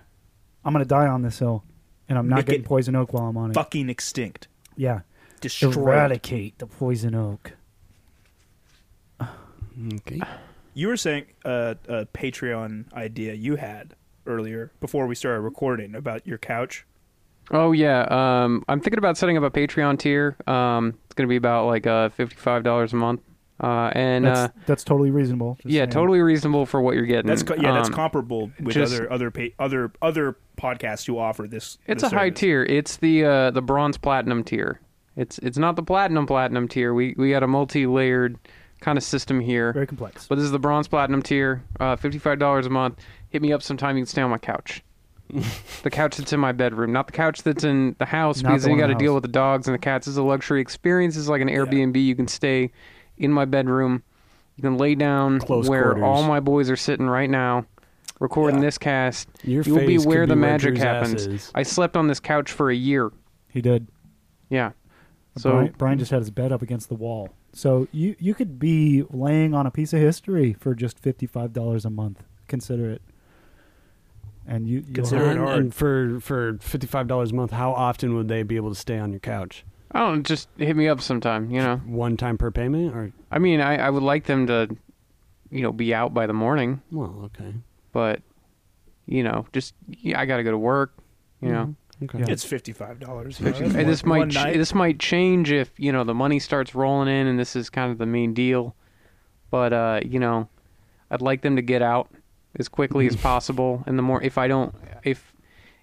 S3: I'm gonna die on this hill, and I'm not
S4: Make
S3: getting
S4: it
S3: poison oak while I'm on it.
S4: Fucking extinct.
S3: Yeah,
S4: Destroyed.
S3: eradicate the poison oak.
S5: okay.
S4: You were saying uh, a Patreon idea you had earlier before we started recording about your couch.
S2: Oh yeah, um, I'm thinking about setting up a Patreon tier. Um, it's gonna be about like uh, fifty-five dollars a month, uh, and
S3: That's
S2: uh,
S3: that's totally reasonable. just
S2: yeah,
S3: saying.
S2: totally reasonable for what you're getting.
S4: That's co- yeah, that's
S2: Um,
S4: comparable with
S2: just-
S4: other other pa- other other podcasts who offer this.
S2: It's a
S4: this
S2: high
S4: service.
S2: tier. It's the uh, the bronze platinum tier. It's it's not the platinum platinum tier. We we got a multi layered kind of system here.
S3: Very complex.
S2: But this is the bronze platinum tier. Uh, Fifty five dollars a month. Hit me up sometime. You can stay on my couch. the couch that's in my bedroom, not the couch that's in the house,
S3: Not
S2: because
S3: the
S2: then you
S3: one
S2: got
S3: in
S2: to
S3: the
S2: deal with
S3: house.
S2: the dogs and the cats. It's a luxury experience. It's like an Airbnb. You can stay in my bedroom. You can lay down
S5: Close
S2: where
S5: quarters.
S2: all my boys are sitting right now, recording this cast.
S5: Your
S2: You'll be
S5: face could
S2: where
S5: be
S2: the
S5: where
S2: magic
S5: Drew's ass
S2: happens.
S5: is.
S2: I slept on this couch for a year.
S3: He did.
S2: Yeah.
S3: So
S2: So
S3: Brian, Brian just had his bed up against the wall. So you you could be laying on a piece of history for just fifty five dollars a month. Consider it. And you you'll
S4: Consider
S3: have-
S5: And,
S4: hard.
S5: and for for fifty five dollars a month, how often would they be able to stay on your couch?
S2: I don't know, oh, just hit me up sometime. You know.
S5: One time per payment, or
S2: I mean, I, I would like them to, you know, be out by the morning,
S5: well, okay,
S2: but, you know, just yeah, I got to go to work. You know,
S5: okay.
S3: Yeah.
S4: It's fifty five dollars.
S2: And this might ch- this might change if you know the money starts rolling in, and this is kind of the main deal. But uh, you know, I'd like them to get out as quickly as possible. And the more, if I don't, if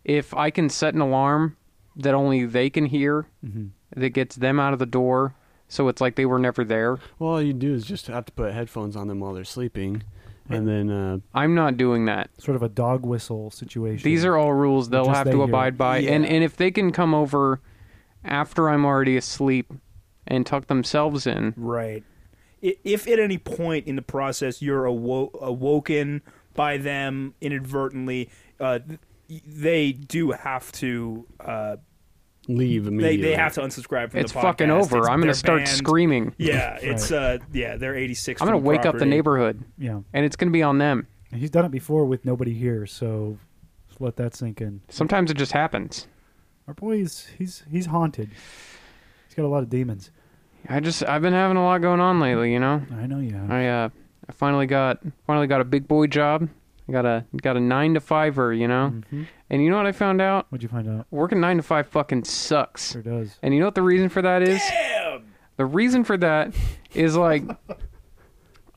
S2: if I can set an alarm that only they can hear,
S3: Mm-hmm.
S2: that gets them out of the door, so it's like they were never there.
S5: Well, all you do is just have to put headphones on them while they're sleeping, and then uh,
S2: I'm not doing that.
S3: Sort of a dog whistle situation.
S2: These are all rules they'll
S3: Just
S2: have
S3: they
S2: to
S3: hear.
S2: abide by. And and if they can come over after I'm already asleep and tuck themselves in,
S4: Right. I- If at any point in the process you're awo- awoken by them inadvertently, uh, th- they do have to. Uh,
S5: leave
S4: they
S5: immediately.
S4: they have to unsubscribe from
S2: it's
S4: the podcast.
S2: fucking over.
S4: It's-
S2: I'm gonna
S4: they're
S2: start
S4: banned.
S2: screaming.
S4: Yeah, it's uh, yeah, they're 86.
S2: I'm gonna
S4: from
S2: wake up the
S4: property.
S2: neighborhood,
S3: Yeah.
S2: and it's gonna be on them.
S3: And He's done it before with nobody here, so just let that sink in.
S2: Sometimes it just happens.
S3: Our boy's he's he's haunted. He's got a lot of demons.
S2: I just I've been having a lot going on lately, you know.
S3: I know you have.
S2: I uh I finally got finally got a big boy job. I got a got a nine to fiver, you
S4: Mm-hmm.
S2: know.
S3: Mhm.
S2: And you know what I found out?
S3: What'd you find out?
S2: Working nine to five fucking sucks.
S3: Sure does.
S2: And you know what the reason for that is? The reason for that is like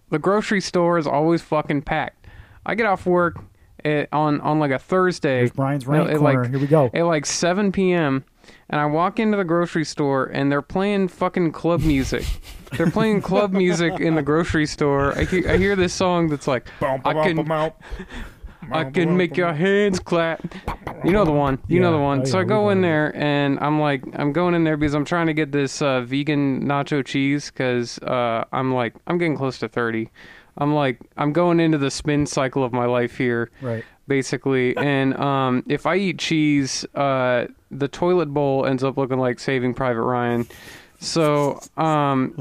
S2: the grocery store is always fucking packed. I get off work at, on on like a Thursday.
S3: There's Brian's rant
S2: at,
S3: corner. Here we go.
S2: At like 7 p.m. and I walk into the grocery store and they're playing fucking club music. they're playing club music in the grocery store. I hear, I hear this song that's like I can I can make your hands clap. You know the one. You know
S3: Yeah.
S2: the one.
S3: Oh,
S2: so
S3: yeah,
S2: I go in
S3: we've heard
S2: there and I'm like, I'm going in there because I'm trying to get this uh, vegan nacho cheese because uh, I'm like, I'm getting close to 30. I'm like, I'm going into the spin cycle of my life here,
S3: Right.
S2: basically. and um, if I eat cheese, uh, the toilet bowl ends up looking like Saving Private Ryan. So um,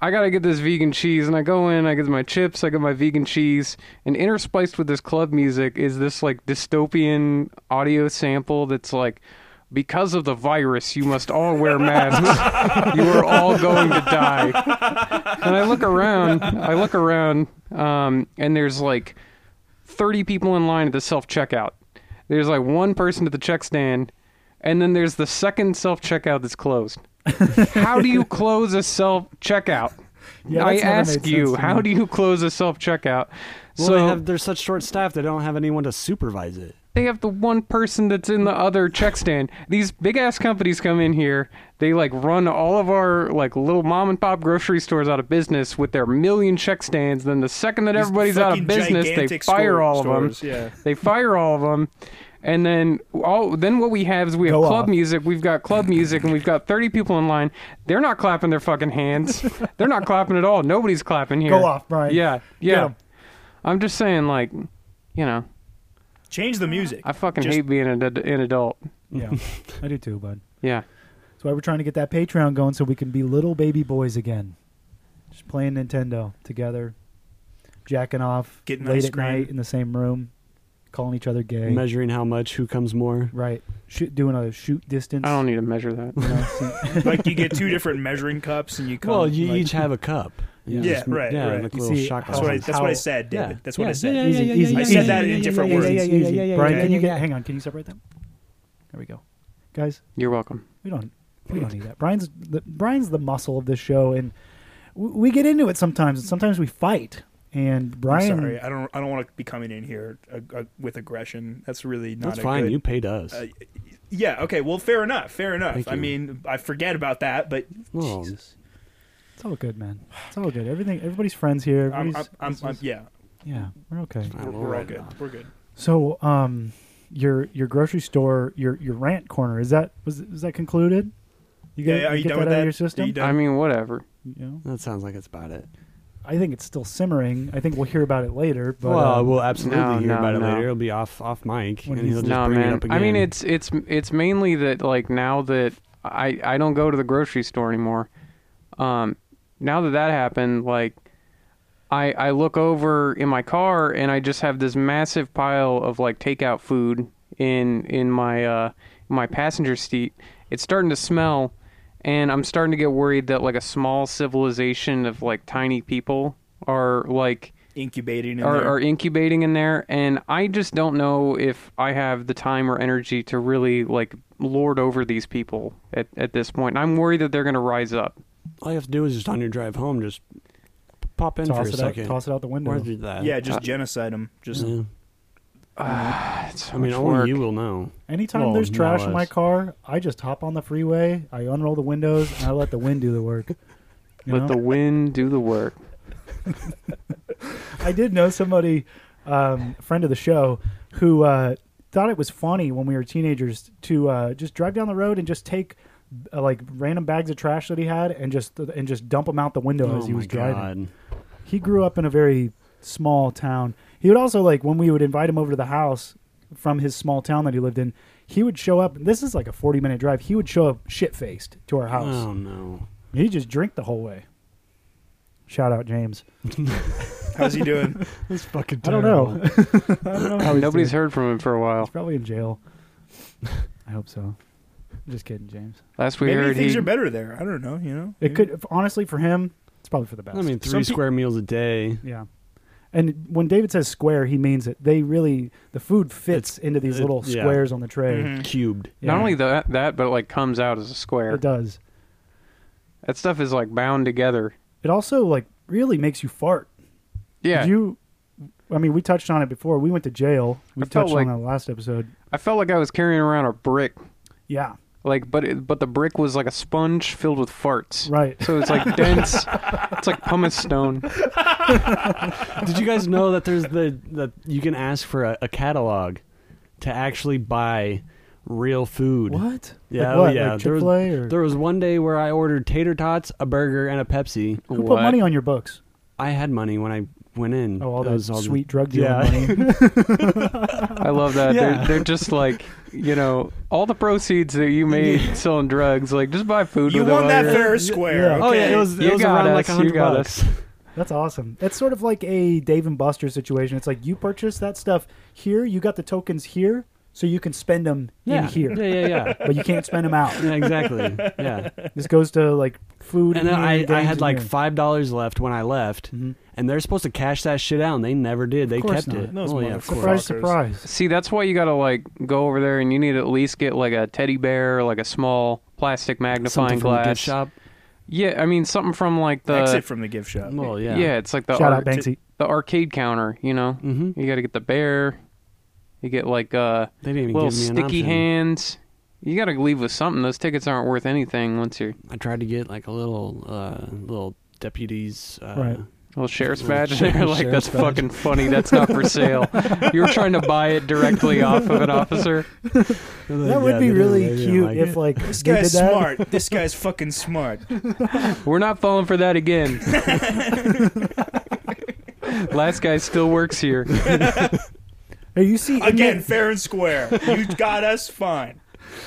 S2: I gotta get this vegan cheese, and I go in, I get my chips, I get my vegan cheese, and interspliced with this club music is this like dystopian audio sample that's like, because of the virus, you must all wear masks. you are all going to die. And I look around, I look around, um, and there's like 30 people in line at the self checkout. There's like one person at the check stand, and then there's the second self checkout that's closed. how do you close a self checkout?
S3: Yeah,
S2: I
S3: that's never made
S2: ask
S3: sense
S2: you,
S3: to
S2: how
S3: me.
S2: do you close a self checkout?
S5: Well,
S2: so
S5: they have, they're such short staff. They don't have anyone to supervise it.
S2: they have the one person that's in the other check stand. These big ass companies come in here. They like run all of our like little mom and pop grocery stores out of business with their million check stands. Then the second that
S4: These
S2: everybody's out of
S4: fucking
S2: business, they
S4: gigantic
S2: fire
S4: store-
S2: all of them.
S4: stores, yeah.
S2: They fire all of them. And then all then what we have is we have
S3: Go
S2: club
S3: off.
S2: music, we've got club music and we've got 30 people in line. They're not clapping their fucking hands. They're not clapping at all. Nobody's clapping here.
S3: Go off, Brian.
S2: Yeah. Yeah.
S3: 'em.
S2: I'm just saying like, you know,
S4: Change the music.
S2: I fucking
S4: Just-
S2: hate being an, ad- an adult.
S3: Yeah. I do too, bud.
S2: Yeah.
S3: That's why we're trying to get that Patreon going so we can be little baby boys again. Just playing Nintendo together, jacking off
S4: Getting
S3: late
S4: ice
S3: at
S4: cream.
S3: night in the same room, calling each other gay.
S5: Measuring how much, who comes more.
S3: Right. Shoot, doing a shoot distance.
S2: I don't need to measure that.
S3: you know, see-
S4: like you get two different measuring cups and you come.
S5: Well, you
S4: like-
S5: each have a cup. You
S4: Yeah,
S5: just-
S4: right,
S5: Yeah,
S4: right.
S5: like
S3: You
S5: little
S3: see,
S5: shot
S4: That's what I, that's what I
S3: How-
S4: said,
S5: Yeah.
S4: David. That's what
S5: Yeah,
S4: I said.
S5: yeah, yeah,
S3: Easy,
S5: yeah,
S3: easy.
S5: yeah,
S3: I
S5: yeah,
S3: said
S5: yeah,
S3: that
S4: in
S5: yeah,
S4: different
S5: yeah, yeah,
S4: words.
S5: yeah,
S3: It's
S5: yeah,
S3: easy.
S5: yeah, yeah,
S3: Brian,
S5: yeah,
S3: can you
S5: yeah,
S3: get?
S5: yeah.
S3: Hang on, can you separate them? There we go, guys.
S2: You're welcome.
S3: We don't. We don't need that. Brian's the Brian's the muscle of this show, and we, we get into it sometimes. And sometimes we fight. And Brian,
S4: I'm sorry, I don't. I don't want to be coming in here uh, uh, with aggression. That's really not.
S5: That's
S4: a
S5: fine.
S4: good-
S5: You paid us.
S4: Uh, yeah. Okay. Well, fair enough. Fair enough.
S5: Thank
S4: I
S5: you.
S4: mean, I forget about that, but
S3: Oh,
S5: Well,
S3: it's all good, man. It's all good. Everything. Everybody's friends here.
S4: I'm, I'm,
S3: Everybody's-
S4: I'm,
S3: it's
S4: I'm,
S3: just-
S4: yeah.
S3: yeah, we're okay.
S5: Fine,
S4: We're,
S5: we'll
S4: we're all
S5: write it
S4: good.
S5: off.
S4: We're good.
S3: So, um, your your grocery store, your your rant corner is that was is that concluded? You
S4: Yeah,
S3: get,
S4: yeah, are
S3: you
S4: you
S3: get
S4: done
S3: that out
S4: with
S3: of
S4: that?
S3: your
S4: Are
S3: system.
S4: you done?
S2: I mean, whatever.
S3: Yeah.
S5: That sounds like it's about it.
S3: I think it's still simmering. I think we'll hear about it later. But
S5: well,
S3: um,
S5: we'll absolutely
S2: no,
S5: hear
S2: no,
S5: about it
S2: no.
S5: later. It'll be off off mic,
S3: When
S5: and
S3: he's-
S5: he'll just
S2: No,
S5: bring it
S2: man.
S5: up again.
S2: I mean, it's it's it's mainly that like now that I I don't go to the grocery store anymore. Um, now that that happened, like I I look over in my car and I just have this massive pile of like takeout food in in my uh my passenger seat. It's starting to smell, and I'm starting to get worried that like a small civilization of like tiny people are like
S4: Incubating. In
S2: are,
S4: there.
S2: are incubating in there and i just don't know if i have the time or energy to really like lord over these people at, at this point and i'm worried that they're going to rise up
S5: all you have to do is just on your drive home, just pop in
S3: toss
S5: for a
S3: it out,
S5: second.
S3: toss it out the window.
S5: Where's that?
S4: yeah.
S2: Uh,
S4: Just genocide them. Just.
S2: Mm.
S5: Yeah.
S2: It's so
S5: I mean,
S2: much
S5: only
S2: work.
S5: you will know.
S3: Anytime
S5: Well,
S3: there's
S5: not
S3: trash in
S5: us.
S3: my car, I just hop on the freeway, I unroll the windows, and I let the wind do the work. You
S2: let
S3: know?
S2: the wind do the work
S3: I did know somebody, um, a friend of the show, who uh, thought it was funny when we were teenagers to uh, just drive down the road and just take uh, like random bags of trash that he had and just and just dump them out the window
S5: Oh
S3: as he was driving. He grew up in a very small town. He would also like when we would invite him over to the house from his small town that he lived in. He would show up. This is like a forty-minute drive. He would show up shit-faced to our house.
S5: Oh no.
S3: He just drink the whole way. Shout out James.
S4: How's he doing?
S5: That's fucking
S3: I don't know. I don't know how he's
S2: Nobody's
S3: doing.
S2: heard from him for a
S5: Oh.
S2: while.
S3: He's probably in jail. I hope so. I'm just kidding, James.
S2: Last we
S4: Maybe
S2: heard,
S4: things
S2: he,
S4: are better there. I don't know. You know,
S3: It could honestly for him, it's probably for the best.
S5: I mean,
S4: Some
S5: three
S4: pe-
S5: square meals a day.
S3: yeah. And when David says square, he means it. They really the food fits
S5: It's-
S3: into these
S5: it-
S3: little
S5: yeah.
S3: squares on the tray.
S4: Mhm.
S5: Cubed.
S3: Yeah.
S2: not only that, that, but it, like comes out as a square.
S3: it does.
S2: That stuff is like bound together.
S3: It also like really makes you fart.
S2: Yeah,
S3: Did you I mean, we touched on it before. We went to jail. We
S2: I felt
S3: touched
S2: like-
S3: on that last episode.
S2: I felt like I was carrying around a brick.
S3: Yeah.
S2: Like, but it, but the brick was like a sponge filled with farts.
S3: Right.
S2: So it's like dense. It's like pumice stone.
S5: Did you guys know that there's the that you can ask for a, a catalog to actually buy real food?
S3: What?
S5: Yeah,
S3: Like
S5: oh
S3: what?
S5: yeah.
S3: Like
S5: there, was,
S3: Chick-fil-A or
S5: there was one day where I ordered tater tots, a burger, and a Pepsi.
S3: Who put money on your books?
S5: I had money when I went in.
S3: Oh, all
S5: That
S3: that
S5: was the-
S3: sweet drug dealing
S5: Yeah.
S3: money.
S2: I love that.
S5: Yeah.
S2: They're, they're just like you know all the proceeds that you made selling drugs. Like just buy food.
S4: you
S2: with it
S4: won that
S2: later.
S4: fair and square.
S3: Yeah.
S5: Oh yeah,
S4: okay?
S5: it was, it
S2: You
S5: was
S2: got
S5: around
S2: us,
S5: like
S2: you
S5: a hundred
S2: got
S5: bucks.
S3: That's awesome. That's sort of like a Dave and Buster situation. It's like you purchase that stuff here, you got the tokens here, so you can spend them in
S5: Yeah.
S3: here,
S5: Yeah, yeah, yeah.
S3: but you can't spend them out.
S5: yeah, exactly. Yeah.
S3: This goes to like food.
S5: And then
S3: here,
S5: I, I
S3: games
S5: had
S3: in
S5: like
S3: here.
S5: five dollars left when I left,
S3: Mhm.
S5: and they're supposed to cash that shit out, and they never did. They
S3: course
S5: kept
S3: not.
S5: it.
S4: Those
S5: oh yeah, of
S4: motherfuckers.
S3: Surprise,
S5: course.
S3: surprise.
S2: See, that's why you gotta like go over there and you need to at least get like a teddy bear, or, like a small plastic magnifying
S5: Something from the
S2: glass.
S5: gift shop.
S2: Yeah, I mean something from like the Oh,
S4: Exit from the gift shop.
S5: Well,
S2: yeah.
S5: yeah.
S2: it's like the
S3: Shout
S2: ar-
S3: out Banksy.
S2: the arcade counter. You know,
S5: Mm-hmm.
S2: you gotta get the bear. You get like uh
S5: They didn't even
S2: little
S5: give me an
S2: sticky
S5: option.
S2: hands. You gotta leave with something. Those tickets aren't worth anything once you're
S5: I tried to get like a little uh, little deputies. Uh,
S3: Right.
S2: Little sheriff's
S5: Little
S2: badge, and they're
S5: sheriff's
S2: like, "That's
S5: badge.
S2: fucking funny. That's not for sale." you were trying to buy it directly off of an officer.
S3: That would be really cute if like
S4: This
S3: they
S4: guy's
S3: did that.
S4: smart. This guy's fucking smart.
S2: We're not falling for that again. Last guy still works here.
S3: Hey, you see
S4: Again,
S3: inmate-
S4: fair and square. You got us fine.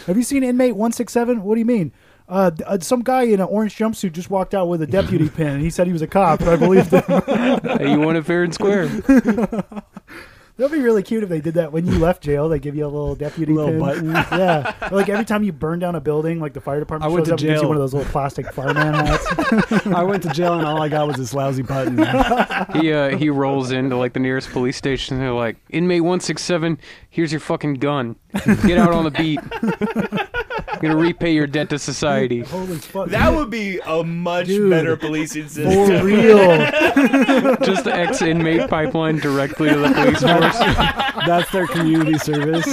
S3: Have you seen inmate one six seven? What do you mean? Uh, th- uh, some guy in an orange jumpsuit just walked out with a deputy pin, and he said he was a cop. And I believed him.
S2: Hey, you want it fair and square?
S3: That'd be really cute if they did that when you left jail. They give you a little deputy
S5: Little
S3: pin.
S5: button.
S3: Yeah, Or, like every time you burn down a building, like the fire department
S5: I
S3: shows
S5: went to
S3: up and gives you
S5: jail.
S3: one of those little plastic fireman hats.
S5: I went to jail and all I got was this lousy button.
S2: He uh, he rolls into like the nearest police station. And they're like, "Inmate one six seven, here's your fucking gun. Get out on the beat. You're gonna repay your debt to society."
S3: Holy fuck!
S4: That would be a much
S3: Dude.
S4: better policing system.
S3: for real.
S2: Just ex inmate pipeline directly to the police force.
S5: That's their community service.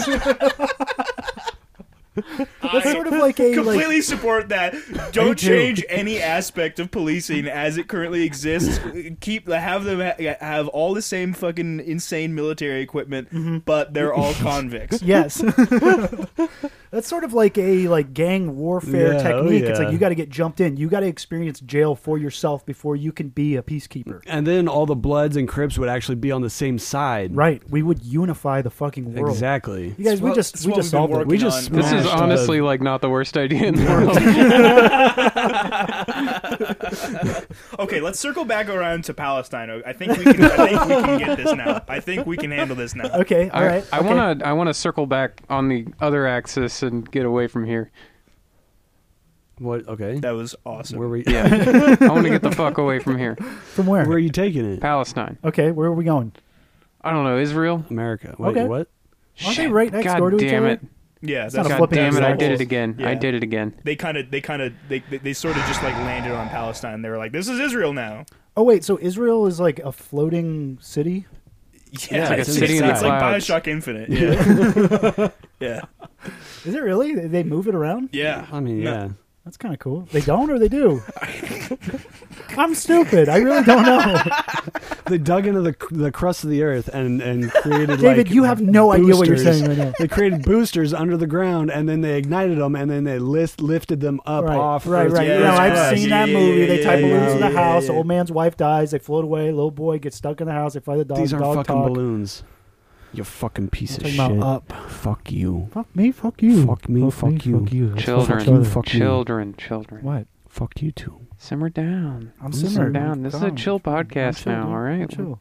S3: That's sort of like a like.
S4: Completely support that. Don't
S3: too.
S4: change any aspect of policing as it currently exists. Keep have them ha- have all the same fucking insane military equipment,
S3: Mm-hmm.
S4: but they're all convicts.
S3: Yes, that's sort of like a like gang warfare
S5: Yeah, oh
S3: technique. It's
S5: yeah.
S3: like you got to get jumped in. You got to experience jail for yourself before you can be a peacekeeper.
S5: And then all the Bloods and Crips would actually be on the same side.
S3: Right? We would unify the fucking world.
S5: Exactly.
S3: You guys, we
S4: Well,
S3: just
S4: it's
S3: we
S4: what
S3: just
S4: we've been
S3: solved it.
S4: working
S5: We just
S4: on.
S2: This is
S5: Smashed
S2: honestly
S5: the-
S2: like not the worst idea in the world.
S4: Okay, let's circle back around to Palestine. I think we can. I think we can get this now. I think we can handle this now.
S3: Okay, all
S2: I,
S3: right.
S2: I
S3: okay.
S2: want to I want to circle back on the other axis and get away from here.
S5: What? Okay.
S4: That was awesome.
S5: Where were you?
S2: Yeah, I want to get the fuck away from here.
S3: from where?
S5: Where are you taking it?
S2: Palestine.
S3: Okay, where are we going?
S2: I don't know Israel.
S5: America. Wait,
S3: Okay.
S5: what?
S3: Aren't they
S2: Shit,
S3: right next
S2: God
S3: door to each
S2: damn
S3: other?
S2: it.
S4: yeah,
S3: not
S4: that's
S3: a
S2: God
S3: flipping
S2: damn it! I did it
S3: example.
S2: again.
S4: Yeah.
S2: I did it again.
S4: They kind of, they kind of, they, they, they sort of just like landed on Palestine. They were like, "This is Israel now."
S3: Oh wait, so Israel is like a floating city?
S4: Yeah,
S5: like a
S4: it's,
S5: city
S4: it's,
S5: in the
S4: it's like
S2: clouds.
S4: Bioshock Infinite. Yeah, yeah,
S3: Is it really? They- They move it around?
S4: yeah.
S5: I mean,
S4: No.
S5: yeah.
S3: That's kind of cool. They don't or they do? I'm stupid. I really don't know.
S5: They dug into the the crust of the earth and and created.
S3: David,
S5: like,
S3: you have no idea what you're
S5: boosters.
S3: saying right now.
S5: They created boosters under the ground, and then they ignited them, and then they list, lifted them up
S3: right,
S5: off.
S3: right,
S5: Earth's
S3: right.
S4: yeah,
S3: you know,
S5: crust.
S3: I've
S4: yeah,
S3: seen
S4: yeah,
S3: that
S4: yeah,
S3: movie.
S4: yeah,
S3: they
S4: yeah,
S3: tie
S4: yeah,
S3: balloons to the
S5: yeah,
S3: house.
S5: yeah.
S3: Old man's wife dies. They float away. Little boy gets stuck in the house. They fly the dog.
S5: These are
S3: dog
S5: fucking
S3: talk.
S5: balloons. You fucking piece of
S3: Talking
S5: shit.
S3: about up.
S5: Fuck you.
S3: Fuck me. Fuck you.
S5: Fuck me, fuck you.
S3: Fuck you. Let's
S2: Children,
S3: fuck each other.
S5: fuck you.
S2: children, children.
S3: What?
S5: Fuck you too.
S2: Simmer down.
S3: I'm
S2: Simmer
S3: simmering.
S2: down. This is a
S3: Calm.
S2: chill podcast
S3: chill,
S2: now.
S3: dude.
S2: All
S3: I'm
S2: right.
S3: chill. You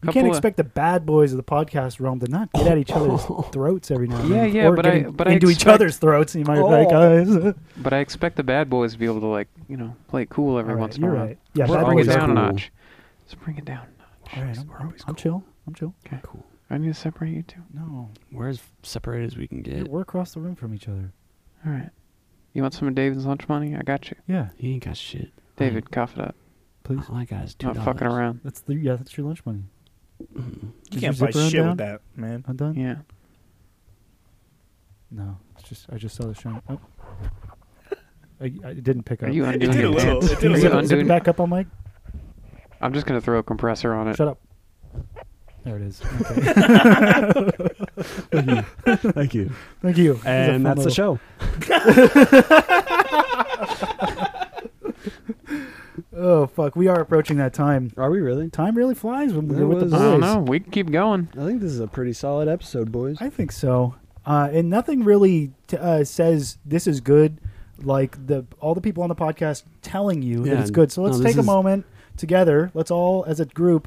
S2: Couple
S3: can't
S2: of-
S3: expect the bad boys of the podcast realm to not get at each other's throats every now and
S2: Yeah,
S3: then.
S2: yeah,
S3: or
S2: but I-
S3: getting
S2: but I
S3: into each
S2: expect-
S3: other's throats. And you might be like,
S4: Oh.
S3: guys,
S2: But I expect the bad boys to be able to like, you know, play it cool every
S3: All right,
S2: once in a
S3: you're
S2: while.
S3: right. Yeah,
S5: We're
S2: Just
S3: bad
S2: bring
S3: boys
S2: it
S5: always
S3: are
S2: down
S5: cool.
S2: a notch. Just bring it down. a
S3: All
S2: notch.
S3: right,
S2: Just
S3: I'm,
S2: we're
S3: I'm,
S2: always cool.
S3: I'm chill. I'm chill.
S5: Cool.
S2: I need to separate you two.
S3: No,
S5: We're as separated as we can
S3: Dude,
S5: get.
S3: we're across the room from each other.
S2: All right. You want some of David's lunch money? I got you.
S3: Yeah,
S5: He ain't got shit.
S2: David, cough it up.
S3: please.
S5: All I got is two
S2: Not fucking around.
S3: That's the yeah. That's your lunch money.
S4: You
S3: Is
S4: can't
S3: your
S4: buy
S3: zipper
S4: shit
S3: undone?
S4: with that, man.
S3: Undone?
S2: Yeah.
S3: No, it's just I just saw the shine. Oh. I, I didn't pick up.
S2: Are you
S4: It
S2: undoing
S4: did a
S2: your
S4: little.
S2: pants?
S4: It did a
S2: Are
S3: Is
S2: you
S3: it,
S4: little.
S3: is it
S2: undoing?
S3: back up on Mike?
S2: I'm just gonna throw a compressor on it.
S3: Shut up. There it is. Okay.
S5: Thank you.
S3: Thank you. It was a fun
S5: And that's the
S3: little-
S5: show.
S3: Oh fuck, we are approaching that time.
S5: Are we really?
S3: Time really flies when
S5: There
S3: we're with the
S5: was-
S3: boys.
S2: I don't know. We can keep going.
S5: I think this is a pretty solid episode, boys.
S3: I think so. Uh, and nothing really t- uh, says this is good, like the all the people on the podcast telling you that
S5: Yeah,
S3: it's good. So let's
S5: no, this
S3: take a
S5: is-
S3: moment together. Let's all, as a group,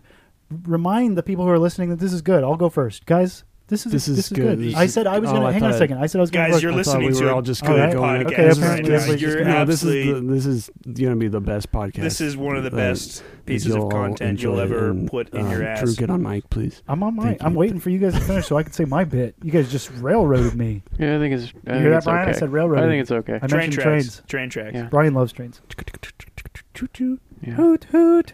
S3: remind the people who are listening that this is good. I'll go first, guys. This is
S5: This is
S3: good.
S5: good. This
S3: I
S5: is-
S3: said I was
S5: oh,
S3: gonna
S5: I
S3: hang on a
S5: thought-
S3: second. I said I was gonna.
S4: Guys,
S3: work-
S4: you're
S5: I thought
S4: listening
S5: we
S4: to
S5: were
S4: a
S5: all just
S3: good
S5: good
S3: Okay.
S5: going.
S4: podcast.
S3: Okay,
S5: this,
S3: apparently
S5: is,
S3: everybody's
S5: this,
S3: just
S5: is,
S4: gonna-
S5: no, this is
S4: absolutely-
S5: the- this is gonna be the best podcast.
S4: This is one of the
S5: that
S4: best pieces
S5: you'll
S4: of
S5: Uh, all
S4: content you'll
S5: enjoy.
S4: ever
S5: And,
S4: put in
S5: uh,
S4: your ass.
S5: Drew, get on mic, please.
S3: I'm on my.
S5: Thank
S3: I'm
S5: you.
S3: waiting for you guys to finish so I can say my bit. You guys just railroaded me.
S2: Yeah, I think it's. I
S3: You
S2: think
S3: hear that,
S2: it's
S3: Brian?
S2: okay.
S3: I said railroaded.
S2: I think it's okay.
S3: I
S4: train
S3: mentioned
S4: tracks.
S3: trains.
S4: Train tracks.
S2: Yeah.
S3: Brian loves trains.
S2: Yeah.
S3: Hoot hoot.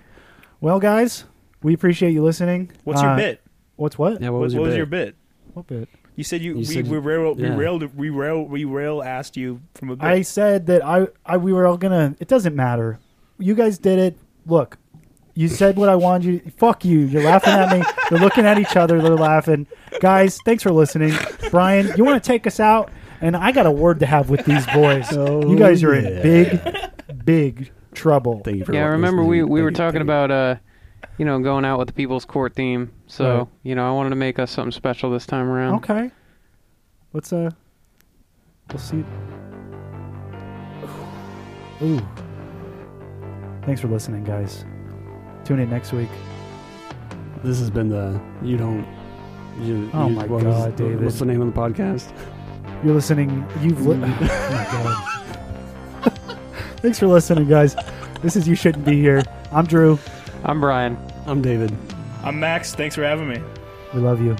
S3: Well, guys, we appreciate you listening.
S4: What's
S3: Uh,
S4: your bit?
S3: What's what?
S5: Yeah,
S4: What,
S5: what was, your, bit?
S4: your bit?
S3: What bit?
S4: You said you,
S5: You
S4: we,
S5: said-
S4: we rail
S5: yeah.
S4: we railed we rail we rail asked you from a bit.
S3: I said that I, I we were all gonna. It doesn't matter. You guys did it. Look, you said what I wanted you. Fuck you. You're laughing at me. They're looking at each other. They're laughing. Guys, thanks for listening. Brian, you want to take us out? And I got a word to have with these boys.
S5: Oh,
S3: you guys are
S5: yeah.
S3: in big, big trouble.
S5: Thank you for
S2: Yeah, I remember we,
S5: listening.
S2: we
S5: Thank
S2: were
S5: you,
S2: talking
S5: thank you.
S2: about uh, you know, going out with the People's Court theme. So
S3: Right.
S2: you know, I wanted to make us something special this time around.
S3: Okay. Let's uh. We'll see. Ooh. Thanks for listening, guys. Tune in next week.
S5: This has been the you don't. You,
S3: Oh
S5: you-
S3: my
S5: what was-
S3: God, David.
S5: What's the name of the podcast?
S3: You're listening. You've li- oh my god. Thanks for listening, guys. This is you shouldn't be here. I'm Drew.
S2: I'm Brian.
S5: I'm David.
S4: I'm Max. Thanks for having me.
S3: We love you.